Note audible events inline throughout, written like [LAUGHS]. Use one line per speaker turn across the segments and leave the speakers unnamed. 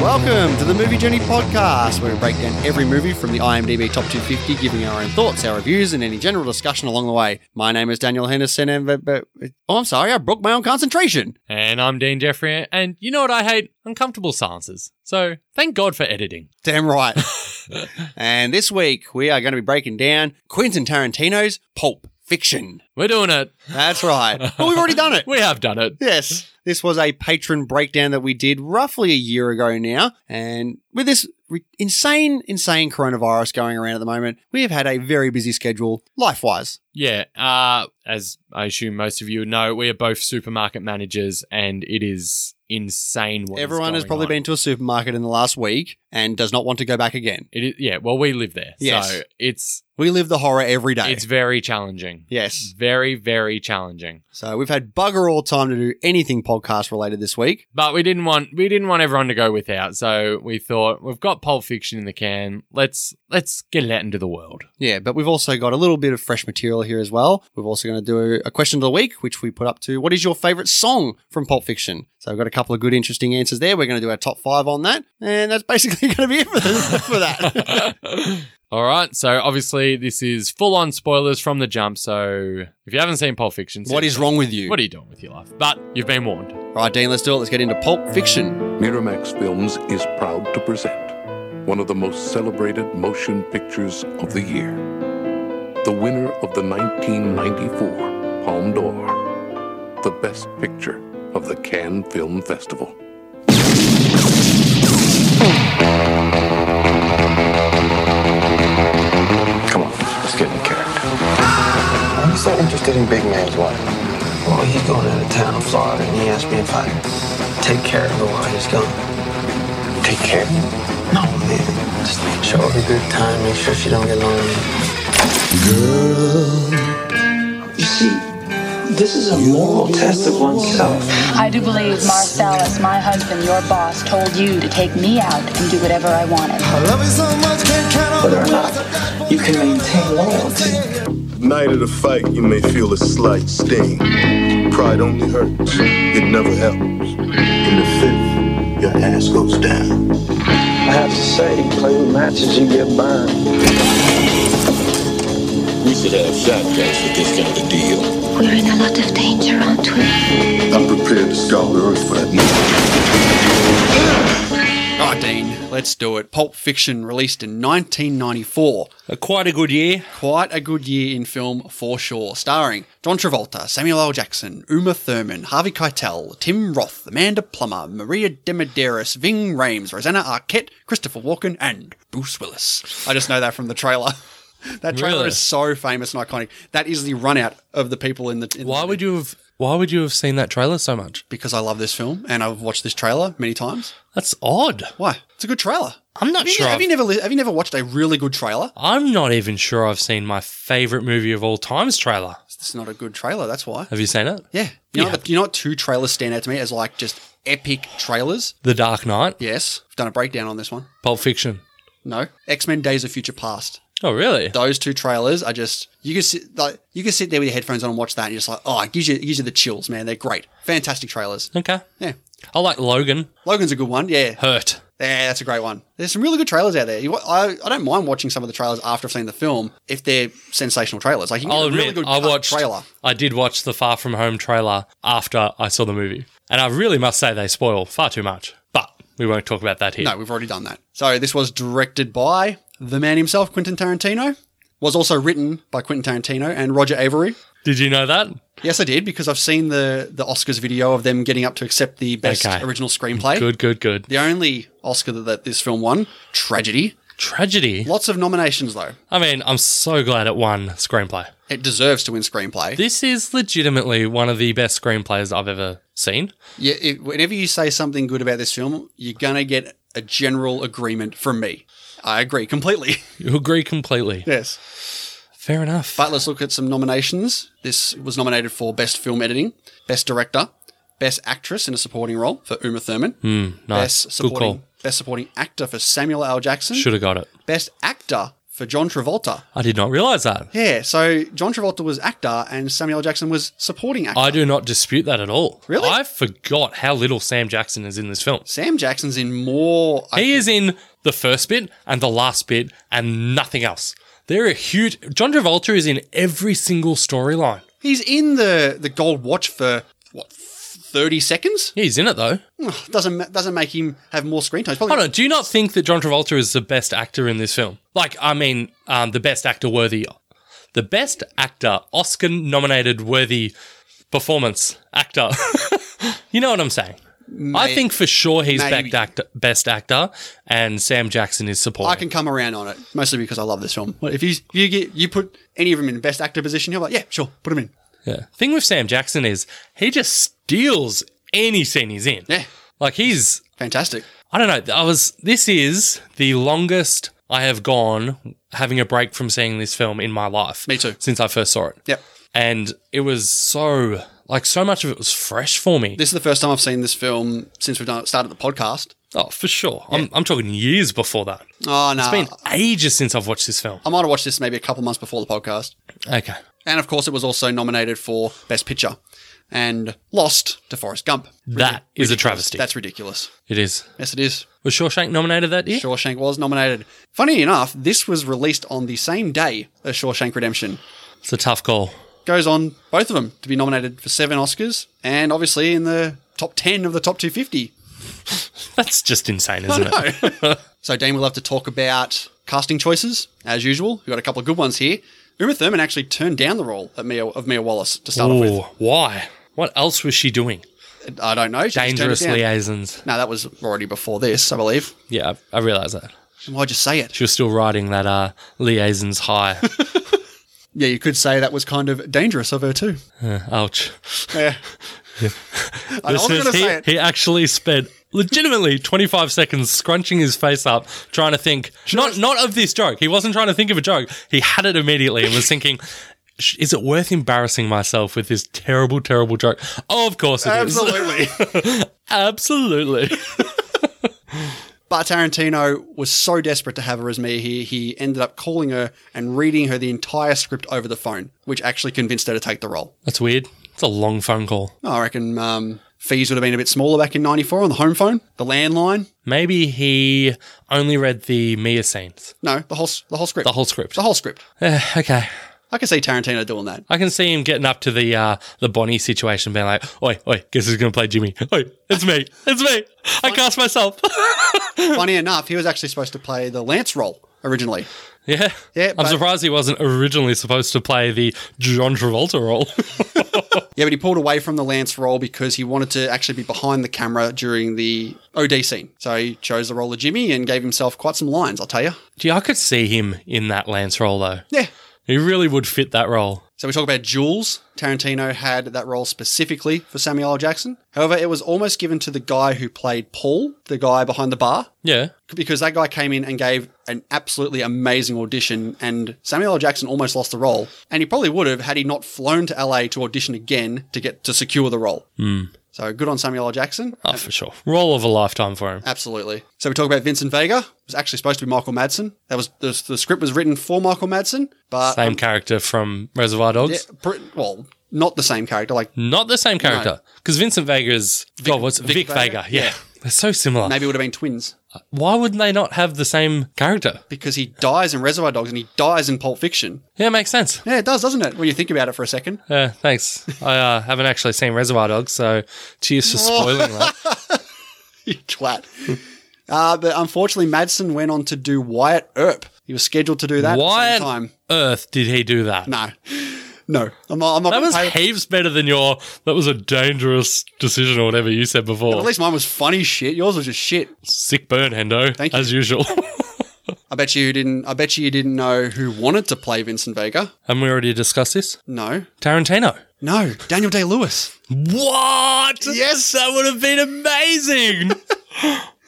Welcome to the Movie Journey Podcast, where we break down every movie from the IMDb Top 250, giving our own thoughts, our reviews, and any general discussion along the way. My name is Daniel Henderson, and but, but, oh, I'm sorry, I broke my own concentration.
And I'm Dean Jeffrey, and you know what I hate? Uncomfortable silences. So thank God for editing.
Damn right. and this week, we are going to be breaking down Quentin Tarantino's Pulp Fiction.
We're doing it.
That's right. Well, we've already done it.
We have done it.
Yes. This was a patron breakdown that we did roughly a year ago now. And with this re- insane, insane coronavirus going around at the moment, we have had a very busy schedule life wise.
Yeah, uh, as I assume most of you know, we are both supermarket managers, and it is insane what is
Everyone has
going
probably
on.
been to a supermarket in the last week and does not want to go back again.
It is, yeah, well, we live there, so
Yes.
it's
We live the horror every day.
it's very challenging.
yes.
Very, very challenging.
So we've had bugger all time to do anything podcast related this week.
But we didn't want we didn't want everyone to go without, so we thought we've got Pulp Fiction in the can. Let's let's get it out into the world.
Yeah, but we've also got a little bit of fresh material here as well. We're also going to do a question of the week, which we put up to what is your favorite song from Pulp Fiction? So we've got a couple of good, interesting answers there. We're going to do our top five on that. And that's basically [LAUGHS] going to be
[LAUGHS]
it for, for
[LAUGHS]
that.
All right, so obviously this is full on spoilers from the jump. So if you haven't seen Pulp Fiction,
what is wrong with you?
what are you doing with your life? But you've been warned.
All right, Dean, let's do it. Let's get into Pulp Fiction.
Miramax Films is proud to present one of the most celebrated motion pictures of the year. The winner of the 1994 Palme d'Or, the best picture of the Cannes Film Festival.
Come on, let's get in character.
I'm so interested in big man's wife. Well, he's going out of town, Florida, and he asked me if I would take care of her while he's gone. Take care? No, man. Just make sure have a good time. Make sure she don't get lonely. Girl. You see, this is a moral test of oneself.
I do believe Marcellus, my husband, your boss, told you to take me out and do whatever I wanted.
Whether or not you can maintain loyalty.
Night of the fight, you may feel a slight sting. Pride only hurts, it never helps. In the fifth, your ass goes down.
I have to say, you play with matches, you get burned.
We should have shotguns for this kind of deal.
We're in a lot of danger, aren't we?
I'm prepared to scour the earth for that night.
All right, Dean, let's do it. Pulp Fiction released in 1994.
Quite a good year.
Quite a good year in film for sure, starring John Travolta, Samuel L. Jackson, Uma Thurman, Harvey Keitel, Tim Roth, Amanda Plummer, Maria Demideris, Ving Rhames, Rosanna Arquette, Christopher Walken, and Bruce Willis. I just know that from the trailer. [LAUGHS] That trailer
Really?
is so famous and iconic. That is the run out of the people in the. In
Why would you have? Why would you have seen that trailer so much?
Because I love this film and I've watched this trailer many times.
That's odd.
Why? It's a good trailer.
I'm not
Have you,
sure.
Have you
I've-
never li- have you never watched a really good trailer?
I'm not even sure I've seen my favorite movie of all time's trailer.
It's not a good trailer. That's why.
Have you seen it?
Yeah. You know,
Yeah.
what- you know what two trailers stand out to me as like just epic trailers?
The Dark Knight,
Yes. I've done a breakdown on this one.
Pulp Fiction.
No. X Men Days of Future Past.
Oh, really?
Those two trailers are just you can sit like you can sit there with your headphones on and watch that and you're just like, oh, it gives you it gives you the chills, man. They're great. Fantastic trailers.
Okay.
Yeah.
I like Logan.
Logan's a good one. Yeah.
Hurt.
Yeah, that's a great one. There's some really good trailers out there. You, wa- I, I don't mind watching some of the trailers after I've seen the film if they're sensational trailers. Like you can get
I'll
a really
admit,
good
I
cut
watched.
trailer.
I did watch the Far From Home trailer after I saw the movie, and I really must say they spoil far too much. But we won't talk about that here.
No, we've already done that. So this was directed by the man himself, Quentin Tarantino. Was also written by Quentin Tarantino and Roger Avery.
Did you know that?
Yes, I did because I've seen the the Oscars video of them getting up to accept the best
Okay.
original screenplay.
Good, good, good.
The only Oscar that, that this film won, tragedy.
Tragedy.
Lots of nominations though.
I mean, I'm so glad it won screenplay.
It deserves to win screenplay.
This is legitimately one of the best screenplays I've ever seen.
yeah, it, whenever you say something good about this film, you're gonna get a general agreement from me. I agree completely. [LAUGHS]
You agree completely.
yes.
Fair enough.
But let's look at some nominations. This was nominated for Best Film Editing, Best Director, Best Actress in a Supporting Role for Uma Thurman,
Hmm, nice.
Best
Good
Supporting
call.
Best Supporting Actor for Samuel L. Jackson,
Should have got it.
Best Actor
for John Travolta.
I did not realize that.
Yeah, so John Travolta was actor and Samuel L. Jackson was supporting actor.
I do not dispute that at all.
Really?
I forgot how little Sam Jackson is in this film.
Sam Jackson's in more. I-
He is in the first bit and the last bit and nothing else. They're a huge. John Travolta is in every single storyline.
he's in the the gold watch for what thirty seconds. [LAUGHS]
He's in it though.
Doesn't ma- doesn't make him have more screen time. He's probably-
Hold on. Do you not think that John Travolta is the best actor in this film? Like, I mean, um, the best actor worthy, the best actor Oscar nominated worthy performance actor. [LAUGHS] you know what I'm saying? I think for sure he's
maybe.
back actor, best actor, and Sam Jackson is
I
supporting.
can come around on it mostly because I love this film. But if you you get you put any of them in best actor position, you're like, yeah, sure, put them in.
Yeah. Thing with Sam Jackson is he just steals any scene he's in.
Yeah.
Like he's
Fantastic.
I don't know. I was this is the longest I have gone having a break from seeing this film in my life.
Me too.
Since I first saw it.
Yep.
And it was so like so much of it was fresh for me.
This is the first time I've seen this film since we've done, started the podcast.
oh, for sure. I'm I'm talking years before that.
Oh no,
It's been ages since I've watched this film.
I might have watched this maybe a couple months before the podcast.
Okay.
And of course, it was also nominated for Best Picture and lost to Forrest Gump.
That is a
Ridiculous.
travesty.
That's ridiculous.
it is.
Yes, it is.
Was Shawshank nominated that year?
Shawshank was nominated. Funny enough, this was released on the same day as Shawshank Redemption.
It's a tough call.
Goes on both of them to be nominated for seven Oscars and obviously in the top 10 of the top 250.
That's just insane, isn't it?
So, Dane, we'll have to talk about casting choices as usual. We've got a couple of good ones here. Uma Thurman actually turned down the role of Mia, of Mia Wallace to start off
Ooh, why? What else was she doing?
with. I don't know. She just turned it
Dangerous
down.
liaisons.
No, that was already before this, I believe.
Yeah, I, I realize that.
Why'd you say it?
She was still riding that uh, liaisons high. [LAUGHS]
Yeah, you could say that was kind of dangerous of her too.
Ouch. [LAUGHS]
Yeah. I was going
Listeners,
to say it.
he, he actually spent legitimately 25 seconds scrunching his face up, trying to think, not, not of this joke. He wasn't trying to think of a joke. He had it immediately and was thinking, "Sh- is it worth embarrassing myself with this terrible, terrible joke? Oh, of course it is.
Absolutely.
[LAUGHS] Absolutely.
[LAUGHS] but Tarantino was so desperate to have her as Mia here, he ended up calling her and reading her the entire script over the phone, which actually convinced her to take the role.
That's weird. It's a long phone call.
I reckon um, fees would have been a bit smaller back in 94 on the home phone, the landline.
Maybe he only read the Mia scenes,
No, the whole, s- the whole script.
the whole script.
The whole script.
Eh, okay.
I can see Tarantino doing that.
I can see him getting up to the uh, the Bonnie situation, being like, "Oi, oi, guess who's gonna play Jimmy? Oi, it's me, it's me. I cast myself." [LAUGHS]
Funny enough, he was actually supposed to play the Lance role originally.
yeah,
Yeah, but-
I'm surprised he wasn't originally supposed to play the John Travolta role. [LAUGHS]
Yeah, but he pulled away from the Lance role because he wanted to actually be behind the camera during the OD scene. So he chose the role of Jimmy and gave himself quite some lines, I'll tell you.
Gee, I could see him in that Lance role though.
Yeah.
He really would fit that role.
So we talk about Jules. Tarantino had that role specifically for Samuel L. Jackson. However, it was almost given to the guy who played Paul, the guy behind the bar,
Yeah,
because that guy came in and gave an absolutely amazing audition, and Samuel L. Jackson almost lost the role. And he probably would have had he not flown to LA to audition again to get to secure the role. So good on Samuel L. Jackson.
oh, for sure. Role of a lifetime for him.
Absolutely. So we talk about Vincent Vega. It was actually supposed to be Michael Madsen. That was the, the script was written for Michael Madsen, but
Same character from Reservoir
Uh, um, yeah,
Dogs.
pr- well, not the same character. Like
Not the same character because Vincent Vega's God, what's Vic,
Vic Vega?
Vega? Yeah.
Yeah.
[LAUGHS] they're so similar.
maybe it would have been twins
Why wouldn't they not have the same character?
because he dies in Reservoir Dogs and he dies in Pulp Fiction.
Yeah, makes sense.
Yeah, it does, doesn't it? When you think about it for a second.
Uh, thanks. I uh, haven't actually seen Reservoir Dogs, so cheers for spoiling
[LAUGHS]
that.
you twat. Uh, but unfortunately, Madsen went on to do Wyatt Earp. He was scheduled to do that
Why
at the same
on
time.
earth did he do that?
No. No. I'm not, I'm not
That
gonna
was
pay-
heaps better than your. That was a dangerous decision or whatever you said before.
At least mine was funny shit. Yours was just shit.
Sick burn, Hendo.
Thank you.
as usual. [LAUGHS]
I bet you didn't. I bet you didn't know who wanted to play Vincent Vega.
Haven't we already discussed this?
No,
Tarantino.
no, Daniel Day Lewis.
What?
Yes.
that would have been [LAUGHS] amazing.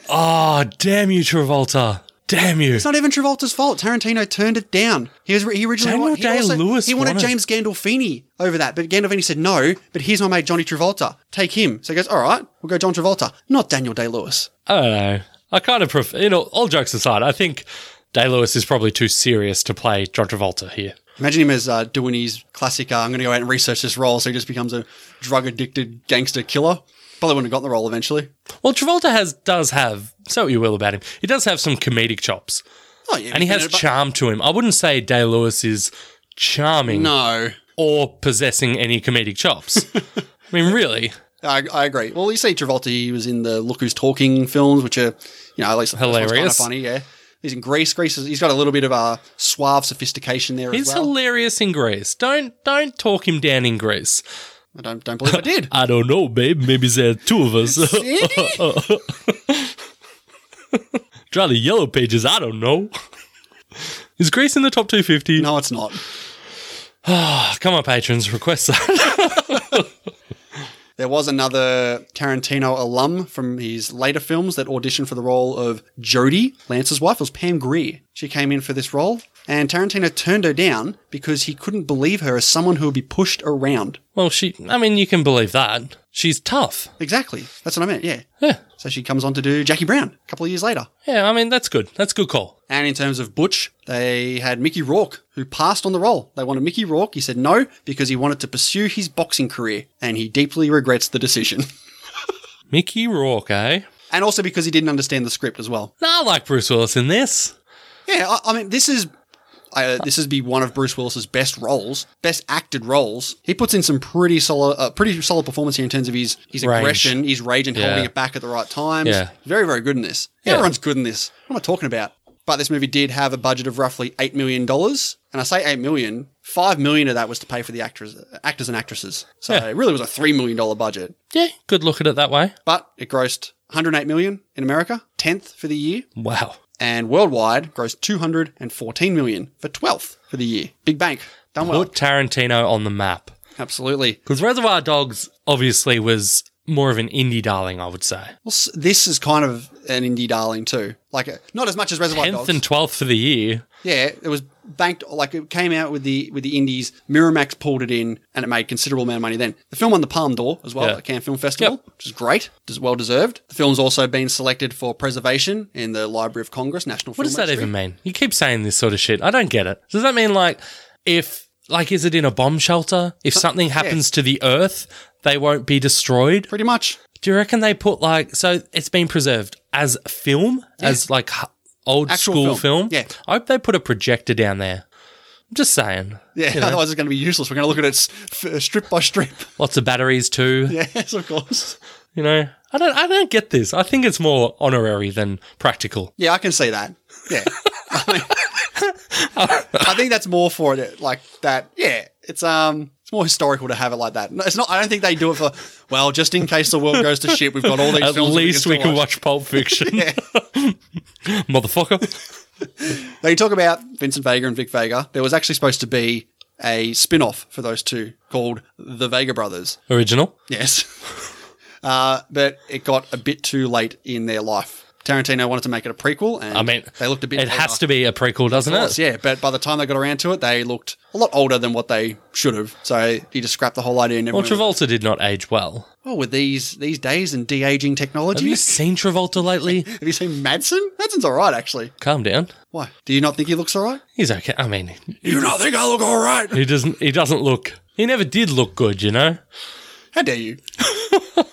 oh, damn you, Travolta. Damn you.
It's not even Travolta's fault. Tarantino turned it down. He was he originally
Daniel
wanted, he
Day-Lewis
he wanted,
wanted-
James Gandolfini over that, but Gandolfini said no. But here's my mate Johnny Travolta. Take him. So he goes, all right, we'll go John Travolta, not Daniel Day Lewis.
I don't know. I kind of prefer, you know, all jokes aside, I think Day Lewis is probably too serious to play John Travolta here.
Imagine him as uh, doing his classic, uh, I'm going to go out and research this role so he just becomes a drug addicted gangster killer. Probably wouldn't have gotten the role eventually.
Well, Travolta has does have say what you will about him. He does have some comedic chops,
Oh, yeah.
and he
you
has
know, but-
charm to him. I wouldn't say Day Lewis is charming
No.
or possessing any comedic
[LAUGHS]
chops. I mean, really,
I, I agree. Well, you see, Travolta he was in the Look Who's Talking films, which are, you know, at least the first one's kinda
Hilarious.
funny, yeah. He's in Grease. Grease. Is, he's got a little bit of uh, suave sophistication there
he's
as well.
hilarious in Greece. Don't don't talk him down in Greece.
I don't don't believe I did.
[LAUGHS] I don't know, babe. Maybe there are two of us. [LAUGHS]
[LAUGHS] See?
Try the yellow pages. I don't know. [LAUGHS] Is Greece in the top 250?
No, it's not.
Come on, patrons, request that. [LAUGHS]
There was another Tarantino alum from his later films that auditioned for the role of Jodie, Lance's wife. It was Pam Grier. She came in for this role, and Tarantino turned her down because he couldn't believe her as someone who would be pushed around.
Well, she, I mean, you can believe that. She's tough.
Exactly. That's what I meant, yeah. yeah. So she comes on to do Jackie Brown a couple of years later.
Yeah, I mean, that's good. That's a good call.
And in terms of Butch, they had Mickey Rourke, who passed on the role. They wanted Mickey Rourke. He said no because he wanted to pursue his boxing career, and he deeply regrets the decision. [LAUGHS]
Mickey Rourke, eh?
and also because he didn't understand the script as well.
Nah, I like Bruce Willis in this.
Yeah, I, I mean, this is. Uh, this would be one of Bruce Willis's best roles, best acted roles. He puts in some pretty solid, uh, pretty solid performance here in terms of his his
Range.
aggression, his rage, and
Yeah.
holding it back at the right times.
Yeah.
very very good in this.
Yeah.
Everyone's good in this. What am I talking about? But this movie did have a budget of roughly eight million dollars, and I say eight million. Five million of that was to pay for the actors, actors and actresses. So
Yeah.
it really was a three million dollar budget.
Yeah, good look at it that way.
But it grossed 108 million in America, tenth for the year
Wow.
and worldwide grossed 214 million for 12th for the year. Big bank. Done well.
Put Tarantino on the map.
Absolutely.
Because Reservoir Dogs obviously was more of an indie darling, I would say.
Well, s- this is kind of an indie darling too. Like uh, not as much as Reservoir
10th
Dogs.
and 12th for the year.
yeah, it was banked like it came out with the with the indies. Miramax pulled it in and it made considerable amount of money then. The film won the Palme d'Or as well
Yeah.
at the Cannes Film Festival, which is great. It's well deserved. The film's also been selected for preservation in the Library of Congress National
What
Film
does that
Registry.
even mean? You keep saying this sort of shit. I don't get it. Does that mean like if like is it in a bomb shelter?
Uh,
If something happens to the earth, they won't be destroyed?
Pretty much.
Do you reckon they put like so it's been preserved as film as like h- old
Actual
school film?
film. Yeah.
I hope they put a projector down there. I'm just saying.
Yeah, otherwise it's going to be useless. We're going to look at it s- f- strip by strip. [LAUGHS]
Lots of batteries too.
yes, of course.
You know. I don't I don't get this. I think it's more honorary than practical.
Yeah, I can see that. Yeah. I, mean, [LAUGHS] I think that's more for it like that. Yeah, it's um it's more historical to have it like that. No, it's not I don't think they do it for well, just in case the world goes to shit, we've got all
[LAUGHS]
these
At
films that
least we
still
can watch
[LAUGHS]
Pulp Fiction. [LAUGHS] Motherfucker.
Now you talk about Vincent Vega and Vic Vega. There was actually supposed to be a spin-off for those two called The Vega Brothers.
Original.
Yes. Uh, but it got a bit too late in their life. Tarantino wanted to make it a prequel and
I mean,
they looked a bit
It has
older.
to be a prequel, doesn't
Of course,
it?
yeah. But by the time they got around to it, they looked a lot older than what they should have. So he just scrapped the whole idea. And
Well,
everyone was
Travolta did not age well.
like, Oh, with these these days and de aging technology,
Have you seen Travolta
[LAUGHS]
lately?
have you seen Madsen? Madsen's all right, actually.
Calm down.
Why? Do you not think he looks all right?
He's okay. I mean,
You not think I look all right?
he doesn't. He doesn't look. He never did look good, you know.
How dare you? [LAUGHS] I'm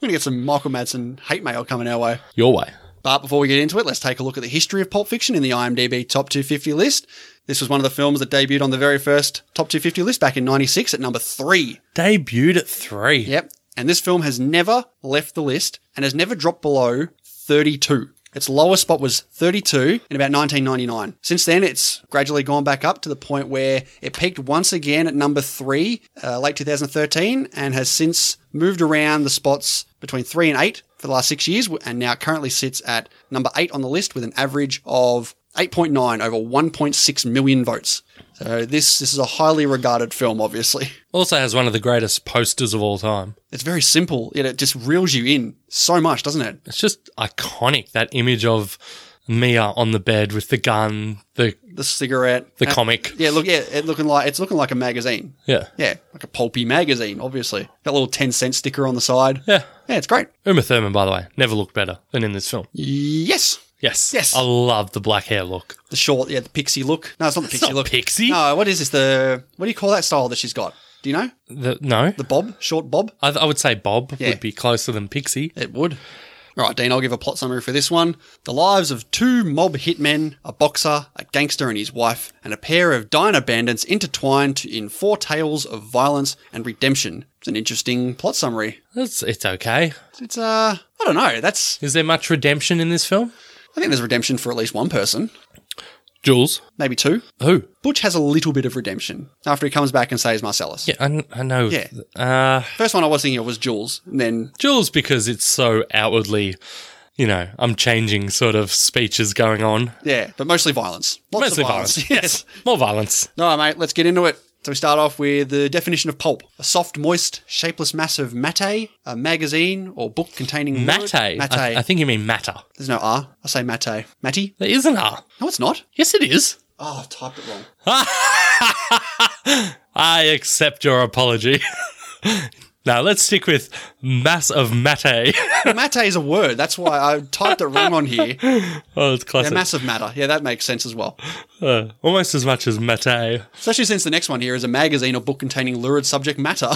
gonna get some Michael Madsen hate mail coming our way.
Your way.
But before we get into it, let's take a look at the history of Pulp Fiction in the IMDb Top 250 list. This was one of the films that debuted on the very first Top 250 list back in '96 at number three.
Debuted at three.
Yep. And this film has never left the list and has never dropped below 32. Its lowest spot was 32 in about 1999. Since then, it's gradually gone back up to the point where it peaked once again at number three, uh, late 2013, and has since moved around the spots between three and eight for the last six years, and now currently sits at number eight on the list with an average of 8.9 over 1.6 million votes. So this this is a highly regarded film, obviously. [LAUGHS]
Also has one of the greatest posters of all time.
It's very simple, yet it just reels you in so much, doesn't it?
It's just iconic. That image of Mia on the bed with the gun. The
The cigarette,
the
And-
comic.
Uh, Yeah, look, yeah, it looking like it's looking like a magazine.
Yeah.
Yeah, like a pulpy magazine, obviously. That little ten cent sticker on the side.
Yeah.
yeah, it's great.
Uma Thurman, by the way, never looked better than in this film.
Yes,
Yes.
Yes.
I love the black hair look.
The short, yeah, the pixie look. No, it's not the pixie
not
look.
pixie.
No, what is this? The what do you call that style that she's got? Do you know?
The, no.
The bob, short bob.
I, I would say Bob
Yeah.
would be closer than Pixie.
It would. All right, Dean, I'll give a plot summary for this one. The lives of two mob hitmen, a boxer, a gangster and his wife, and a pair of diner bandits intertwined in four tales of violence and redemption. It's an interesting plot summary.
It's, it's okay.
It's, uh, I don't know. That's,
Is there much redemption in this film?
I think there's redemption for at least one person,
Jules.
maybe two.
Who?
Butch has a little bit of redemption after he comes back and saves Marcellus.
Yeah, I, kn- I know.
Yeah.
Uh,
First one I was thinking of was Jules, and then
Jules, because it's so outwardly, you know, I'm changing sort of speeches going on.
yeah, but mostly violence. Lots
Mostly
of violence.
violence. Yes. More violence.
No, mate, let's get into it. So we start off with the definition of pulp: a soft, moist, shapeless mass of matte, a magazine or book containing
Mate.
word- Matte.
I, I think you mean matter.
There's no R. I say matte. Matty?
There is an R.
No, it's not.
Yes, it is.
Oh, I typed it [LAUGHS] wrong.
I accept your apology. [LAUGHS] now let's stick with mass of [LAUGHS] matte.
matte is a word. That's why I typed it wrong on here. Yeah,
oh, it's [LAUGHS] classic.
massive matter. Yeah, that makes sense as well.
Uh, almost as much as matte.
Especially since the next one here is a magazine or book containing lurid subject matter. [LAUGHS]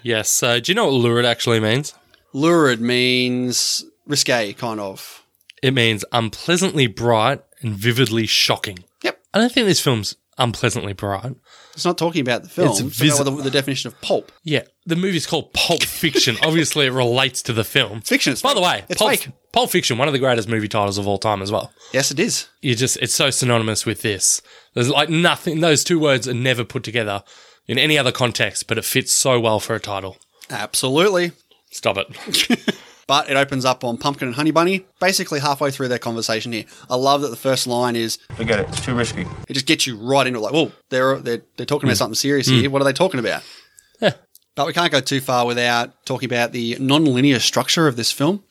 Yes. So, do you know what lurid actually means?
Lurid means risque, kind of.
It means unpleasantly bright and vividly shocking.
Yep.
I don't think this film's unpleasantly bright.
It's not talking about the film.
It's
It's
visi-
about the, the definition of pulp.
Yeah, the movie's called Pulp
[LAUGHS]
Fiction. Obviously, it relates to the film.
Fiction, it's
By
fake.
the way,
It's
Pulp,
fake.
Pulp Fiction, one of the greatest movie titles of all time as well.
Yes, it is.
You just, it's so synonymous with this. There's like nothing, those two words are never put together in any other context, but it fits so well for a title.
Absolutely.
Stop it.
But it opens up on Pumpkin and Honey Bunny, basically halfway through their conversation here. I love that the first line is
Forget it. It's too risky.
it just gets you right into it, like, whoa, they're they're, they're talking about something serious here. What are they talking about?
Hmm. Yeah.
But we can't go too far without talking about the non-linear structure of this film.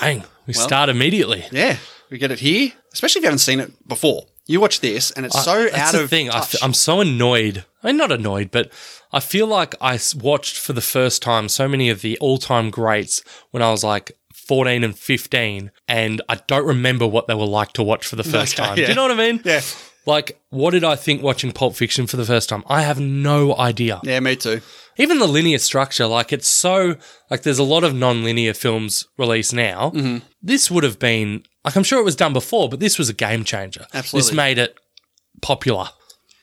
Bang. We start immediately.
Yeah, we get it here, especially if you haven't seen it before. You watch this, and it's so
That's
out
the
of
thing. I
touch.
f- I'm so annoyed. I'm not annoyed, but I feel like I s- watched for the first time so many of the all-time greats when I was like 14 and 15, and I don't remember what they were like to watch for
[LAUGHS]
the first time. Do
yeah.
you know what I mean?
Yeah.
Like, what did I think watching Pulp Fiction for the first time? I have no idea.
yeah, me too.
Even the linear structure, like, it's so like there's a lot of non-linear films released now.
Mm-hmm.
This would have been like I'm sure it was done before, but this was a game changer.
Absolutely.
this made it popular.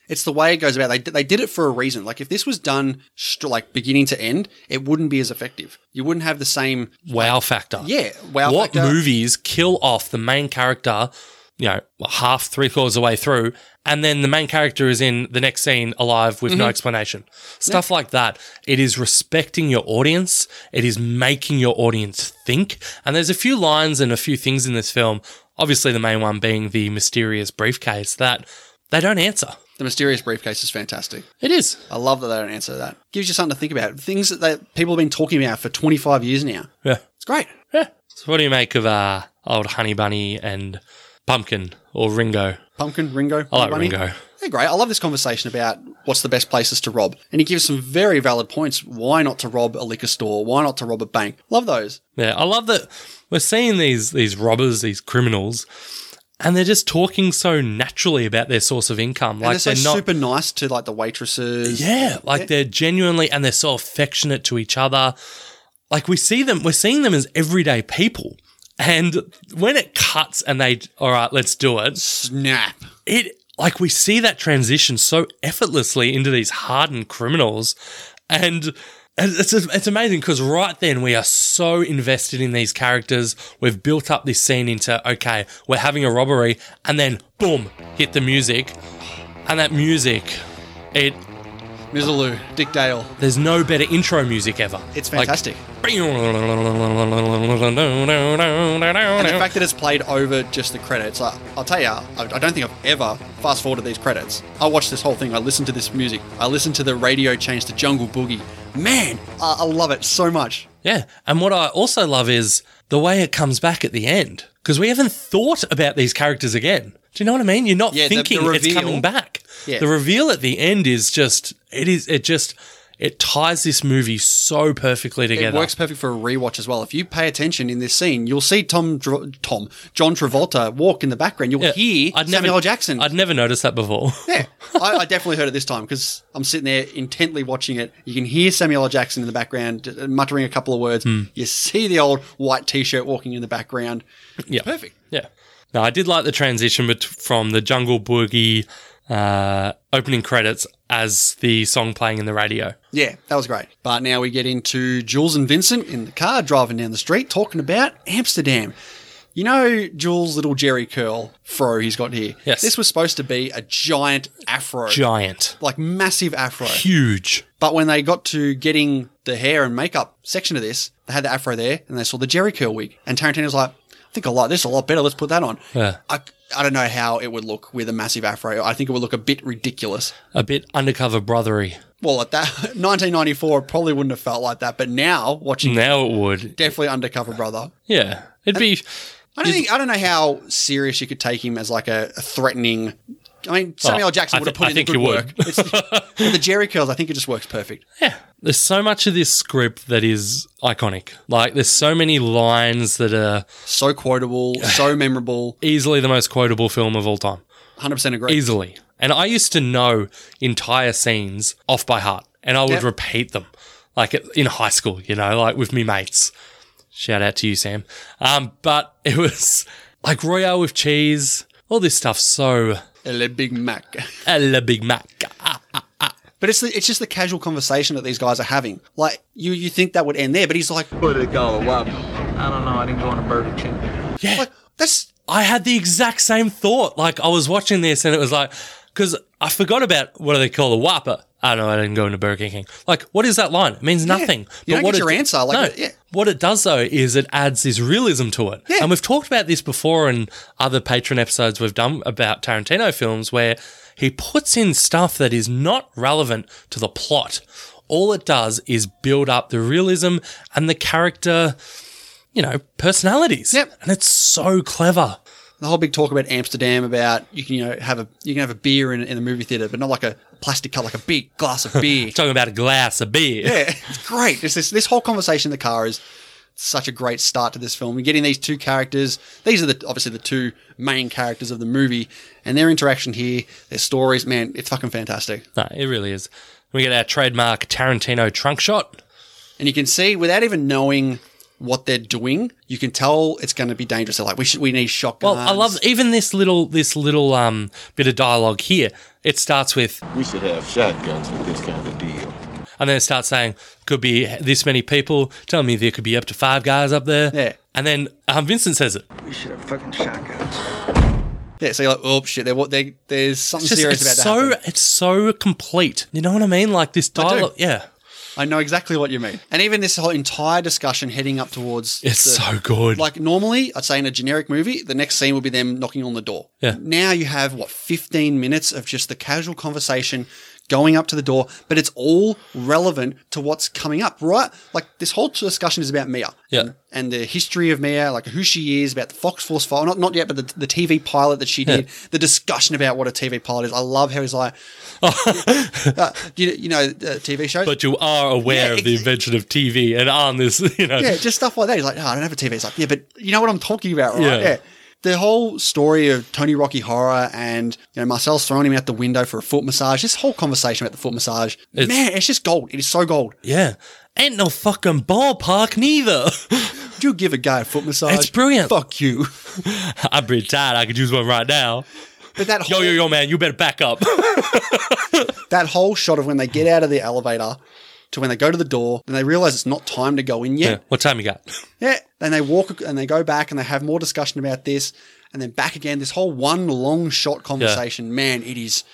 It's the way it goes about. They they did it for a reason. Like if this was done str like beginning to end, it wouldn't be as effective. You wouldn't have the same
wow factor.
Yeah, wow
What
factor.
movies kill off the main character, you know, half, three quarters of the way through, and then the main character is in the next scene alive with
Mm-hmm.
no explanation? Stuff like that. It is respecting your audience, it is making your audience think. And there's a few lines and a few things in this film, obviously, the main one being the mysterious briefcase that they don't answer.
the mysterious briefcase is fantastic.
It is.
I love that they don't answer that. Gives you something to think about. Things that they, people have been talking about for 25 years now.
Yeah.
It's great.
So, what do you make of uh, old Honey Bunny and Pumpkin or Ringo?
Pumpkin, Ringo.
I like
Bunny.
Ringo.
They're great. I love this conversation about what's the best places to rob. And he gives some very valid points. Why not to rob a liquor store? Why not to rob a bank? Love those.
Yeah, I love that we're seeing these these robbers, these criminals, and they're just talking so naturally about their source of income.
And
Like
they're
they're,
so
not
super nice to like the waitresses.
Yeah, like they're genuinely and they're so affectionate to each other. Like we see them, we're seeing them as everyday people. And when it cuts and they all right, let's do it.
Snap.
It like we see that transition so effortlessly into these hardened criminals and and it's, it's amazing because right then we are so invested in these characters. We've built up this scene into okay, we're having a robbery, and then boom, hit the music, and that music, it
Mizzaloo, Dick Dale.
there's no better intro music ever.
It's
Like-
fantastic.
[LAUGHS]
and the fact that it's played over just the credits, I, I'll tell you, I, I don't think I've ever fast forwarded these credits. I watched this whole thing, I listened to this music, I listened to the radio change to Jungle Boogie. Man, I, I love it so much.
Yeah. And what I also love is the way it comes back at the end because we haven't thought about these characters again. Do you know what I mean? You're not
Yeah, the- the
thinking it's
reveal.
coming back.
Yeah.
The reveal at the end is just it is it just It ties this movie so perfectly
It
together.
works perfect for a rewatch as well. If you pay attention in this scene, you'll see Tom, Dr- Tom, John Travolta walk in the background. You'll
Yeah,
hear Samuel L. Jackson.
I'd never noticed that before.
[LAUGHS]
[LAUGHS]
yeah, I, I definitely heard it this time because I'm sitting there intently watching it. You can hear Samuel L. Jackson in the background uh, muttering a couple of words.
Hmm.
You see the old white T-shirt walking in the background.
yeah,
Perfect.
Yeah. No, I did like the transition bet- from the Jungle Boogie uh, opening credits as the song playing in the radio.
Yeah, that was great. But now we get into Jules and Vincent in the car driving down the street talking about Amsterdam. You know Jules' little Jerry curl fro he's got here.
Yes.
This was supposed to be a giant afro.
Giant.
Like massive afro.
Huge.
But when they got to getting the hair and makeup section of this, they had the afro there and they saw the Jerry curl wig. And Tarantino's like, I think I like this a lot better. Let's put that on.
Yeah.
I, I don't know how it would look with a massive afro. I think it would look a bit ridiculous.
A bit undercover brothery.
Well, at that [LAUGHS] 1994, it probably wouldn't have felt like that. But now, watching
Now it would.
definitely undercover brother.
Yeah. It'd be.
I don't think I don't know how serious you could take him as like a, a threatening. I mean, Samuel
Oh,
L. Jackson
I
would have
thi-
put
I
in
think he
the good
would.
work. It's but the Jerry curls, I think it just works perfect.
[LAUGHS] Yeah. There's so much of this script that is iconic. Like, there's so many lines that are
So quotable, so memorable.
easily the most quotable film of all time.
100% agree.
Easily. And I used to know entire scenes off by heart, and I would
Yep.
repeat them, like at- in high school, you know, like with me mates. Shout out to you, Sam. Um, but it was like Royale with cheese, all this stuff. So,
Le Big Mac. [LAUGHS]
a la Big Mac.
But it's the, it's just the casual conversation that these guys are having. Like you you think that would end there, but he's like,
Where'd it go? What? I don't know. I didn't go on a Burger King.
Yeah.
like that's
I had the exact same thought. Like I was watching this and it was like, because I forgot about what do they call the Whopper. I don't know. I didn't go into Burger King. Like, what is that line? It means nothing.
You don't
what
get your
it-
answer, like, yeah.
What it does though is it adds this realism to it.
Yeah.
And we've talked about this before in other patron episodes we've done about Tarantino films where he puts in stuff that is not relevant to the plot. All it does is build up the realism and the character, you know, personalities.
Yep.
And it's so clever.
the whole big talk about Amsterdam about you can you know have a you can have a beer in, in the movie theater, but not like a plastic cup, like a big glass of beer.
talking about a glass of beer.
yeah, it's great. This, this this whole conversation in the car is such a great start to this film. We're getting these two characters. These are the obviously the two main characters of the movie, and their interaction here, their stories. Man, it's fucking fantastic.
[LAUGHS] No, it really is. We get our trademark Tarantino trunk shot.
And you can see without even knowing what they're doing, you can tell it's going to be dangerous. They're like, we should, we need shotguns.
Well, I love even this little this little um bit of dialogue here. It starts with
We should have shotguns with this kind of deal.
and then it starts saying could be this many people. Tell me there could be up to five guys up there.
Yeah.
And then um, Vincent says it.
We should have fucking shotguns.
Yeah, so you're like, oh shit, there, they, there's something
It's just
serious
it's
about
so
that.
it's so complete. You know what I mean? Like this
do.
dialogue. Yeah.
I know exactly what you mean. And even this whole entire discussion heading up towards
It's
the-
so good.
Like normally, I'd say in a generic movie, the next scene would be them knocking on the door.
Yeah.
Now you have what 15 minutes of just the casual conversation going up to the door, but it's all relevant to what's coming up, right? Like this whole discussion is about Mia.
Yeah.
And, and the history of Mia, like who she is, about the Fox Force file, not not yet, but the, the TV pilot that she did, the discussion about what a TV pilot is. I love how
[LAUGHS]
he's like, uh, you, you know, uh, TV shows.
But you are aware
Yeah,
of the
ex-
invention of TV and on this, [LAUGHS] you know.
Yeah, just stuff like that. He's like, no, I don't have a TV. It's like, yeah, but you know what I'm talking about, right?
Yeah.
Yeah. The whole story of Tony Rocky Horror and you know Marcel's throwing him out the window for a foot massage. This whole conversation about the foot massage, man, it's just gold. It is so gold.
Yeah. Ain't no fucking ballpark neither. [LAUGHS]
Would you give a guy a foot massage?
It's brilliant. [LAUGHS]
Fuck you.
I'm pretty tired. I could use one right now.
But that
Yo,
whole,
yo, yo, man, you better back [LAUGHS] up.
that whole shot of when they get out of the elevator to when they go to the door and they realize it's not time to go in yet.
What time you got?
Yeah. Then they walk and they go back and they have more discussion about this and then back again. This whole one long shot conversation, man, it is,